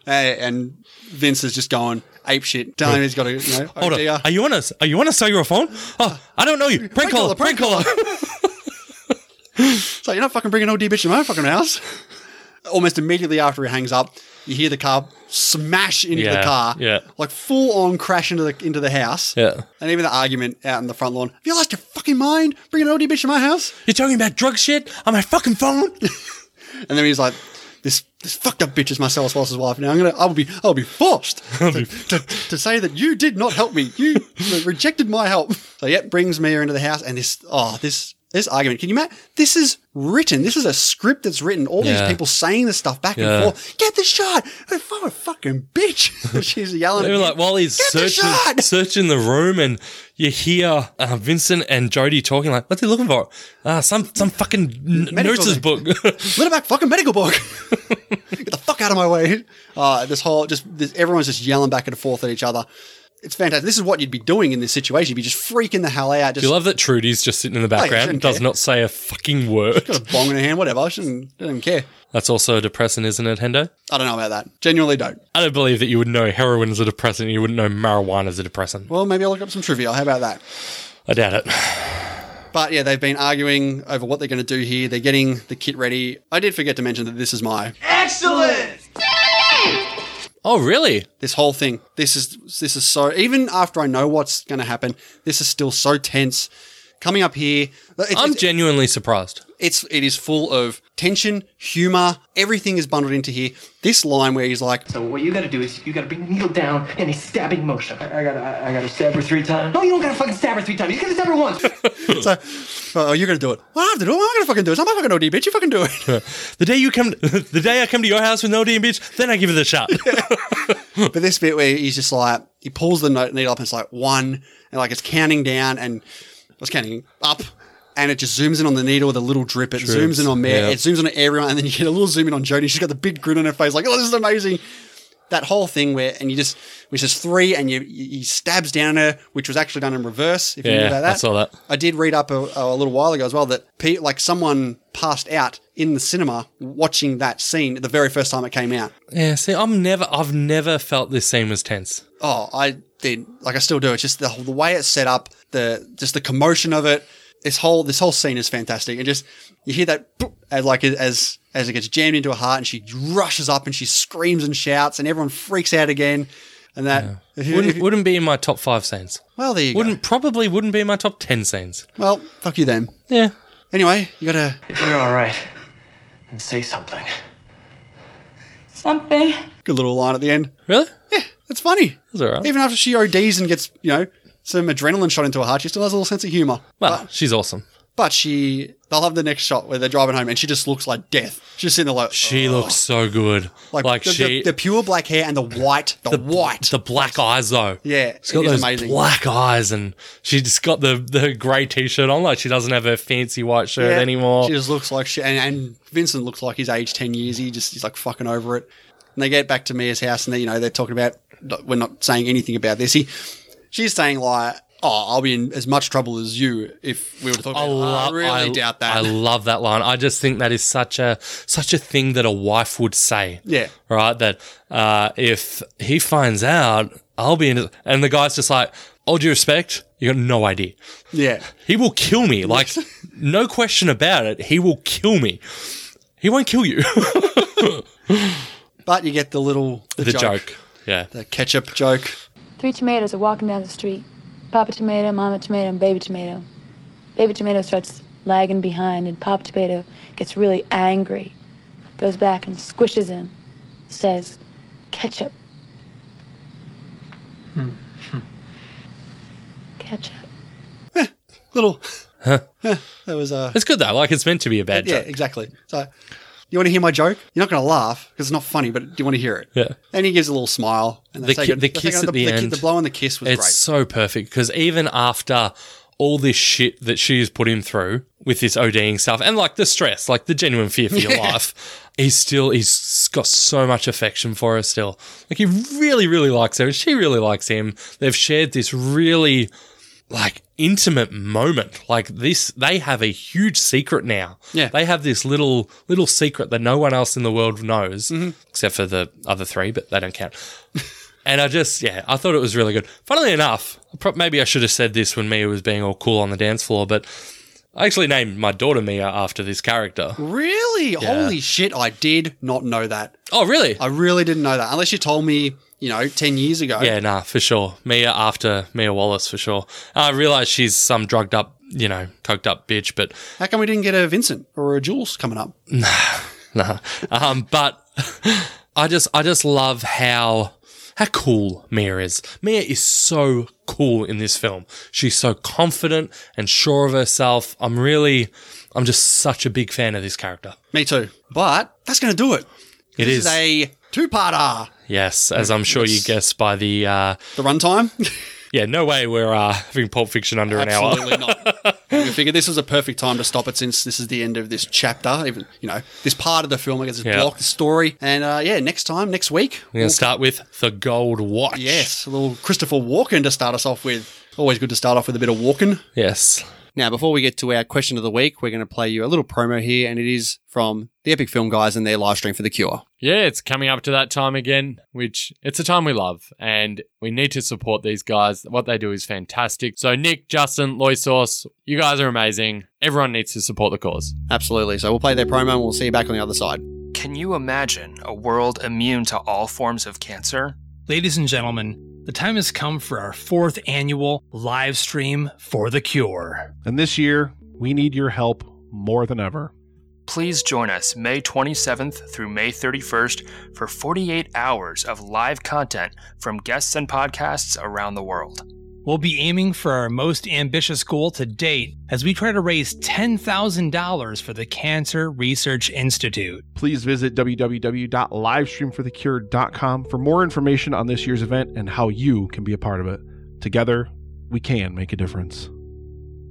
Hey, and Vince is just going ape shit, telling him he's got to you know, [LAUGHS]
Hold on. Are you on a are you on a cellular phone? Oh, I don't know you. Prank caller. Prank caller.
[LAUGHS] So you're not fucking bringing an OD bitch to my fucking house. [LAUGHS] Almost immediately after he hangs up, you hear the car smash into
Yeah,
the car,
yeah.
like full on crash into the into the house.
Yeah.
And even the argument out in the front lawn. Have you lost your fucking mind? Bringing an OD bitch to my house?
You're talking about drug shit on my fucking
[LAUGHS]
phone.
And then he's like, "This this fucked up bitch is Marcella Wallace's wife. Now I'm gonna I will be I'll
[LAUGHS]
be forced to, to, to say that you did not help me. You [LAUGHS] rejected my help." So yep, brings Mia into the house, and this oh this this argument. Can you imagine? This is written. This is a script that's written. All
Yeah.
these people saying this stuff back
Yeah.
and forth. Get the shot. Oh, fucking bitch. [LAUGHS] She's yelling.
They
at
were
him.
like while he's
Get the
searching
shot! [LAUGHS]
searching the room, and you hear uh, Vincent and Jody talking like, "What's he looking for? Uh, some some fucking n-
Medical
nurse's book." [LAUGHS]
Let it back, fucking medical book. [LAUGHS] Get the fuck out of my way. Uh, this whole just this, everyone's just yelling back and forth at each other. It's fantastic. This is what you'd be doing in this situation. You'd be just freaking the hell out. Just
Do you love that Trudy's just sitting in the
Oh, yeah,
background and
shouldn't
does
care.
not say a fucking word?
got a bong in her hand, whatever. She doesn't, doesn't even care.
That's also a depressant, isn't it, Hendo?
I don't know about that. Genuinely don't.
I don't believe that you would know heroin is a depressant. You wouldn't know marijuana is a depressant.
Well, maybe I'll look up some trivia. How about that?
I doubt it. [SIGHS]
But yeah, they've been arguing over what they're going to do here. They're getting the kit ready. I did forget to mention that this is my
Excellent!
Oh, really?
this whole thing. This is this is so. Even after I know what's going to happen, this is still so tense. Coming up here, it's-
I'm genuinely surprised.
It's it is full of tension, humor. Everything is bundled into here. This line where he's like,
So what you gotta do is you gotta bring the needle down in a stabbing motion. I, I gotta, I, I gotta stab her three times. No, you don't gotta fucking stab her three times. You gotta stab her once.
so, "Oh, you're gonna do it. Well, I have to do it. I'm not gonna fucking do it. I'm not fucking OD, bitch. You fucking do it."
The day you come, [LAUGHS] the day I come to your house with no DM, bitch, then I give it a [LAUGHS] shot.
but this bit where he's just like, he pulls the note needle up and it's like one, and like it's counting down, and I was counting up. And it just zooms in on the needle with a little drip. It
Drips,
zooms in on Mare.
yeah.
It zooms in on everyone. And then you get a little zoom in on Jodie. She's got the big grin on her face, like, oh, this is amazing. That whole thing where, and you just, which is three, and you, you he stabs down her, which was actually done in reverse, if you knew
Yeah,
about
I saw that.
I did read up a, a little while ago as well that pe- like someone passed out in the cinema watching that scene the very first time it came out.
Yeah, see, I'm never, I've never felt this scene was tense.
Oh, I did like I still do. It's just the the way it's set up, the just the commotion of it. This whole this whole scene is fantastic, and just you hear that boop, as like as as it gets jammed into her heart, and she rushes up and she screams and shouts, and everyone freaks out again, and that. if you- if
Wouldn't
you-
wouldn't be in my top five scenes.
well, there you
Wouldn't probably wouldn't be in my top ten scenes.
go. Well, fuck you then.
Yeah.
Anyway, you gotta.
You're all right. And say something.
Something.
Good little line at the end.
Really?
It's funny.
That's all right.
Even after she ODs and gets, you know, some adrenaline shot into her heart, she still has a little sense of humor.
well, she's awesome.
But she, they'll have the next shot where they're driving home and she just looks like death. She's sitting there like,
She looks so good. Like,
the, the-
she,
the, pure black hair
[LAUGHS]
and the white, the, white.
the black eyes though.
yeah,
She's got
it is
those
amazing.
black eyes, and she just got the the grey t shirt on. Like she doesn't have her fancy white shirt
Yeah.
anymore.
She just looks like she, and, and Vincent looks like he's aged 10 years. He just, he's like fucking over it. And they get back to Mia's house and they, you know, they're talking about, we're not saying anything about this. He, she's saying like, oh, I'll be in as much trouble as you if we were to talk
I
about it.
love.
"Oh, I really doubt that.
I love that line. I just think that is such a such a thing that a wife would say.
Yeah.
Right. That uh, if he finds out, I'll be in. it. And the guy's just like, all due respect, you got no idea.
[LAUGHS] yeah.
He will kill
[LAUGHS]
me. Like, no question about it. He will kill me. He won't kill you. [LAUGHS]
But you get the little the,
the
joke.
joke. Yeah.
the ketchup joke.
Three tomatoes are walking down the street. Papa tomato, mama tomato, and baby tomato. Baby tomato starts lagging behind, and Pop Tomato gets really angry, goes back and squishes him, says, Ketchup. Hmm. Ketchup.
Little.
[LAUGHS]
that was uh,
It's good though. Like it's meant to be a bad
yeah,
joke.
exactly. So, you want to hear my joke? You're not going to laugh because it's not funny, but do you want to hear it?
Yeah.
And he gives a little smile. And
The,
they say
ki-
good-
the
they say
kiss
good-
at the,
ki-
end.
The blow and the kiss was
it's
great.
so perfect because even after all this shit that she's put him through with this ODing stuff and like the stress, like the genuine fear for
[LAUGHS]
your
Yeah.
life, he's still he's got so much affection for her still. Like he really, really likes her and she really likes him. They've shared this really like intimate moment. Like this they have a huge secret now.
Yeah.
They have this little little secret that no one else in the world knows
Mm-hmm.
except for the other three, but they don't count. [LAUGHS] And I just, yeah, I thought it was really good. Funnily enough, pro- maybe I should have said this when Mia was being all cool on the dance floor, but I actually named my daughter Mia after this character.
Really?
Yeah.
Holy shit, I did not know that.
Oh, really?
I really didn't know that. Unless you told me, you know, 10 years ago.
Yeah, nah, for sure. Mia after Mia Wallace, for sure. I realize she's some drugged up, you know, coked up bitch, but
How come we didn't get a Vincent or a Jules coming up?
[LAUGHS] nah. Um, but [LAUGHS] I just, I just love how. How cool Mia is. Mia is so cool in this film. She's so confident and sure of herself. I'm really, I'm just such a big fan of this character.
Me too. But that's going to do it.
It
this
is.
a two parter.
Yes, as I'm sure you guessed by the. Uh,
The runtime? [LAUGHS]
yeah, no way we're uh, having Pulp Fiction under
Absolutely
an hour.
not. We figured this was a perfect time to stop it since this is the end of this chapter, even, you know, this part of the film, I guess, is
Yeah.
blocked the story. And uh, yeah, next time, next week,
[LAUGHS] We're going to start with the Gold Watch.
yes, a little Christopher Walken to start us off with. Always good to start off with a bit of Walken.
Yes.
Now, before we get to our question of the week, we're going to play you a little promo here, and it is from the Epic Film Guys and their live stream for The Cure.
Yeah, it's coming up to that time again, which it's a time we love and we need to support these guys. What they do is fantastic. So, Nick, Justin, Loy Sauce, you guys are amazing. Everyone needs to support the cause.
Absolutely. So we'll play their promo, and we'll see you back on the other side.
Can you imagine a world immune to all forms of cancer?
Ladies and gentlemen, the time has come for our fourth annual live stream for the cure.
And this year, we need your help more than ever.
Please join us May 27th through May 31st for 48 hours of live content from guests and podcasts around the world.
We'll be aiming for our most ambitious goal to date as we try to raise $10,000 for the Cancer Research Institute.
Please visit www.livestreamforthecure.com for more information on this year's event and how you can be a part of it. Together, we can make a difference.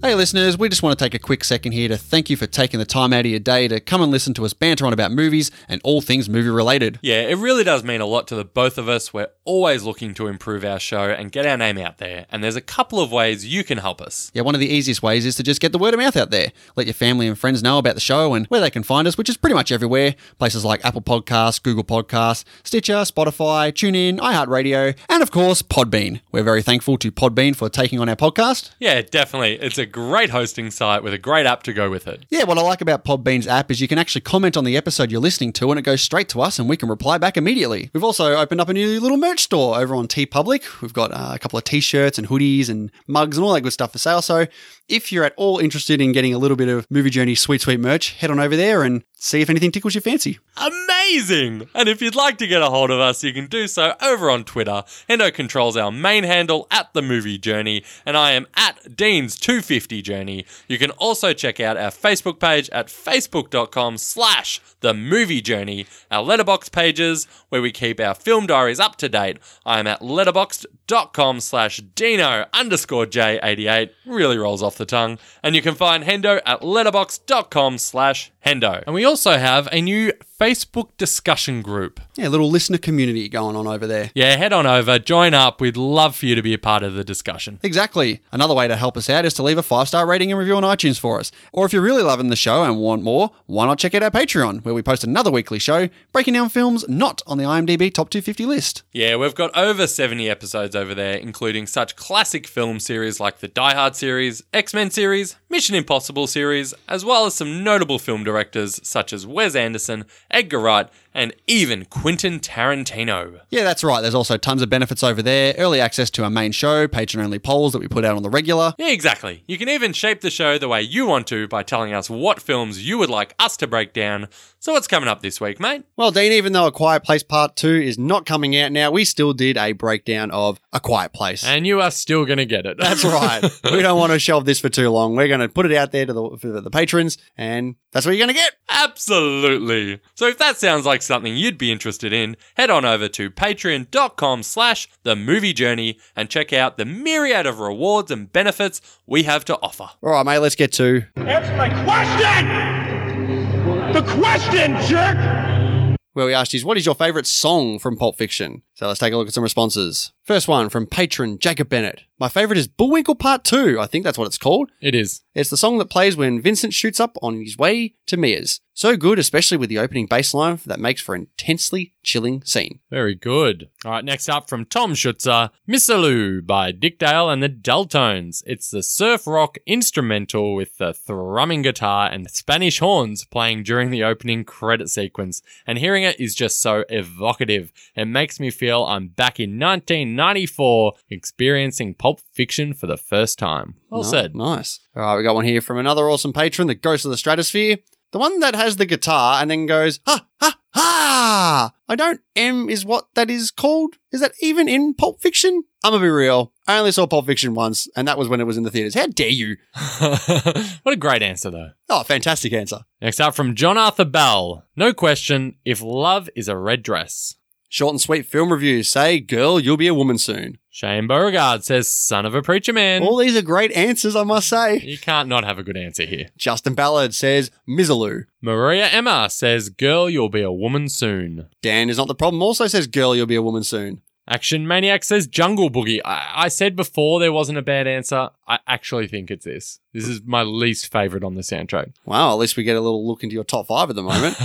Hey, listeners, we just want to take a quick second here to thank you for taking the time out of your day to come and listen to us banter on about movies and all things movie related.
Yeah, it really does mean a lot to the both of us. We're always looking to improve our show and get our name out there. And there's a couple of ways you can help us.
Yeah, one of the easiest ways is to just get the word of mouth out there. Let your family and friends know about the show and where they can find us, which is pretty much everywhere. Places like Apple Podcasts, Google Podcasts, Stitcher, Spotify, TuneIn, iHeartRadio, and of course, Podbean. We're very thankful to Podbean for taking on our podcast.
Yeah, definitely. It's a great hosting site with a great app to go with it.
Yeah, what I like about Podbean's app is you can actually comment on the episode you're listening to and it goes straight to us and we can reply back immediately. We've also opened up a new little merch store over on TeePublic. We've got uh, a couple of t-shirts and hoodies and mugs and all that good stuff for sale. So if you're at all interested in getting a little bit of Movie Journey sweet, sweet merch, head on over there and see if anything tickles your fancy.
Amazing! And if you'd like to get a hold of us, you can do so over on Twitter. Hendo controls our main handle at the movie journey, and I am at Dean's250 Journey. You can also check out our Facebook page at facebook.com slash the movie journey, our letterbox pages where we keep our film diaries up to date. I am at letterboxd.com slash Dino underscore J88. Really rolls off the tongue. And you can find Hendo at letterbox.com slash Hendo. And we also have a new Facebook discussion group.
Yeah, a little listener community going on over there.
Yeah, head on over, join up. We'd love for you to be a part of the discussion.
Exactly. Another way to help us out is to leave a five star rating and review on iTunes for us. Or if you're really loving the show and want more, why not check out our Patreon, where we post another weekly show breaking down films not on the IMDb Top 250 list.
Yeah, we've got over 70 episodes over there, including such classic film series like the Die Hard series, X Men series, Mission Impossible series, as well as some notable film directors such as Wes Anderson, Edgar Wright, and even Quentin Tarantino.
Yeah, that's right. There's also tons of benefits over there early access to our main show, patron only polls that we put out on the regular.
Yeah, exactly. You can even shape the show the way you want to by telling us what films you would like us to break down. So, what's coming up this week, mate?
Well, Dean, even though A Quiet Place Part 2 is not coming out now, we still did a breakdown of A Quiet Place.
And you are still going to get [LAUGHS] it.
That's right. we don't want to shelve this for too long. We're going to put it out there to the, for the patrons, and that's what you're going to get.
Absolutely. So if that sounds like something you'd be interested in, head on over to patreon.com slash the movie journey and check out the myriad of rewards and benefits we have to offer.
All right, mate, let's get to.
Answer my question! The question, jerk!
Where we asked you, what is your favourite song from Pulp Fiction? So let's take a look at some responses. First one from patron Jacob Bennett. My favourite is Bullwinkle Part 2. I think that's what it's called.
It is.
It's the song that plays when Vincent shoots up on his way to Mia's. So good, especially with the opening bass line that makes for an intensely chilling scene.
Very good. All right, next up from Tom Schutzer, Missaloo by Dick Dale and the Deltones. It's the surf rock instrumental with the thrumming guitar and Spanish horns playing during the opening credit sequence. And hearing it is just so evocative. It makes me feel I'm back in 1994 experiencing Pulp Fiction for the first time. Well
Ni-
said.
Nice. All right, we got one here from another awesome patron, the Ghost of the Stratosphere. The one that has the guitar and then goes, ha, ha, ha. I don't, M is what that is called. Is that even in Pulp Fiction? I'm gonna be real. I only saw Pulp Fiction once, and that was when it was in the theaters. How dare you?
[LAUGHS] what a great answer, though.
Oh, fantastic answer.
Next up from John Arthur Bell. No question if love is a red dress.
Short and sweet film reviews say, girl, you'll be a woman soon.
Shane Beauregard says, son of a preacher man.
All these are great answers, I must say.
You can't not have a good answer here.
Justin Ballard says, Mizzaloo.
Maria Emma says, girl, you'll be a woman soon.
Dan is not the problem, also says, girl, you'll be a woman soon.
Action Maniac says, jungle boogie. I, I said before there wasn't a bad answer. I actually think it's this. This is my least favorite on the soundtrack.
Wow, at least we get a little look into your top five at the moment.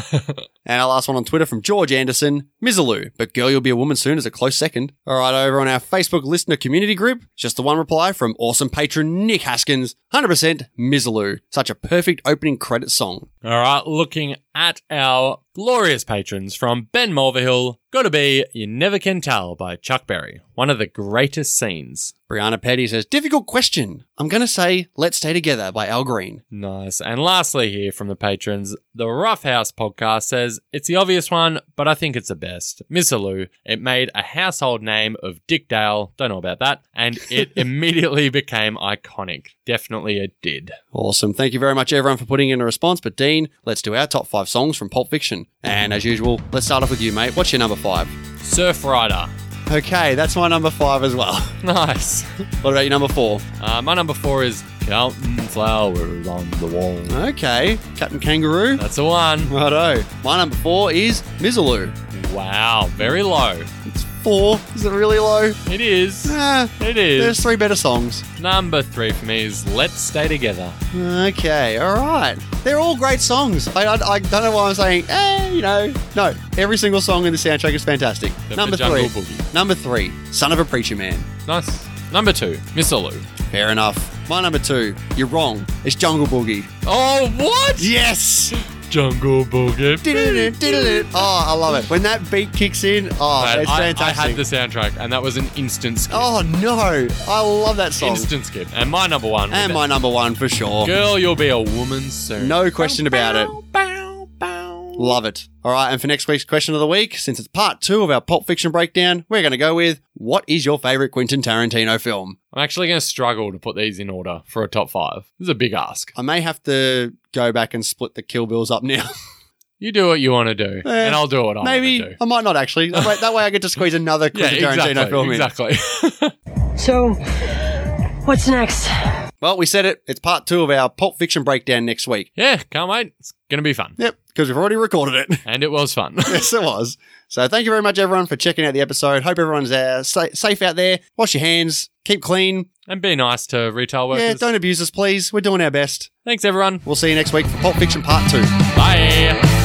and our last one on Twitter from George Anderson, Mizzaloo. But girl, you'll be a woman soon is a close second. All right, over on our Facebook listener community group, just the one reply from awesome patron Nick Haskins, 100% Mizzaloo. Such a perfect opening credit song.
All right, looking at our glorious patrons from Ben Mulverhill, Gotta Be You Never Can Tell by Chuck Berry. One of the greatest scenes.
Brianna Petty says, difficult question. I'm going to say, let's stay together by Al Green.
Nice. And lastly, here from the patrons, the Rough House podcast says it's the obvious one, but I think it's the best. Missaloo. It made a household name of Dick Dale. Don't know about that. And
[LAUGHS]
it immediately became iconic. Definitely it did.
Awesome. Thank you very much, everyone, for putting in a response. But, Dean, let's do our top five songs from Pulp Fiction. And as usual, let's start off with you, mate. What's your number five?
Surf
[LAUGHS]
Rider.
Okay, that's my number five as well.
Nice.
[LAUGHS] What about your number four?
Uh, my number four is Counting Flowers on the Wall.
Okay, Captain Kangaroo.
That's the one.
Righto. My number four is Mizzaloo.
Wow, very low.
Four. Is it really low?
It is.
Ah,
It is.
There's three better songs.
Number three for me is Let's Stay Together.
Okay, all right. They're all great songs. I, I, I don't know why I'm saying, eh, you know. No, every single song in the soundtrack is fantastic.
The
number three.
Jungle Boogie.
Number three, Son of a Preacher Man.
Nice. Number two, Missaloo.
Fair enough. My number two, you're wrong. It's Jungle Boogie.
Oh, what?
Yes!
Jungle Boogie.
Diddle-doo, diddle-doo. Oh, I love it. When that beat kicks in, oh,
I,
it's
I- I
fantastic.
had the soundtrack, and that was an instant skip.
Oh, no. I love that song.
Instant skip. And my number one.
and my number one for sure.
Girl, you'll be a woman soon.
No question about it. Love it. All right, and for next week's question of the week, since it's part two of our Pulp Fiction breakdown, we're going to go with what is your favorite Quentin Tarantino film?
I'm actually going to struggle to put these in order for a top five. This is a big ask.
I may have to go back and split the Kill Bills up now.
You do what you want to do,
Eh,
and I'll
[LAUGHS]
do what Oh, I
Maybe
want to do.
I might not actually. That way, that way I get to squeeze another
[LAUGHS] Yeah,
Quentin Tarantino film
exactly.
in.
Exactly.
So, what's next?
Well, we said it. It's part two of our Pulp Fiction breakdown next week.
yeah, can't wait. It's going to be fun.
Yep, because we've already recorded it. [LAUGHS]
And it was fun.
yes, it was. So thank you very much, everyone, for checking out the episode. Hope everyone's uh, sa- safe out there. Wash your hands. Keep clean.
and be nice to retail workers.
Yeah, don't abuse us, please. We're doing our best.
Thanks, everyone.
We'll see you next week for Pulp Fiction Part 2.
Bye.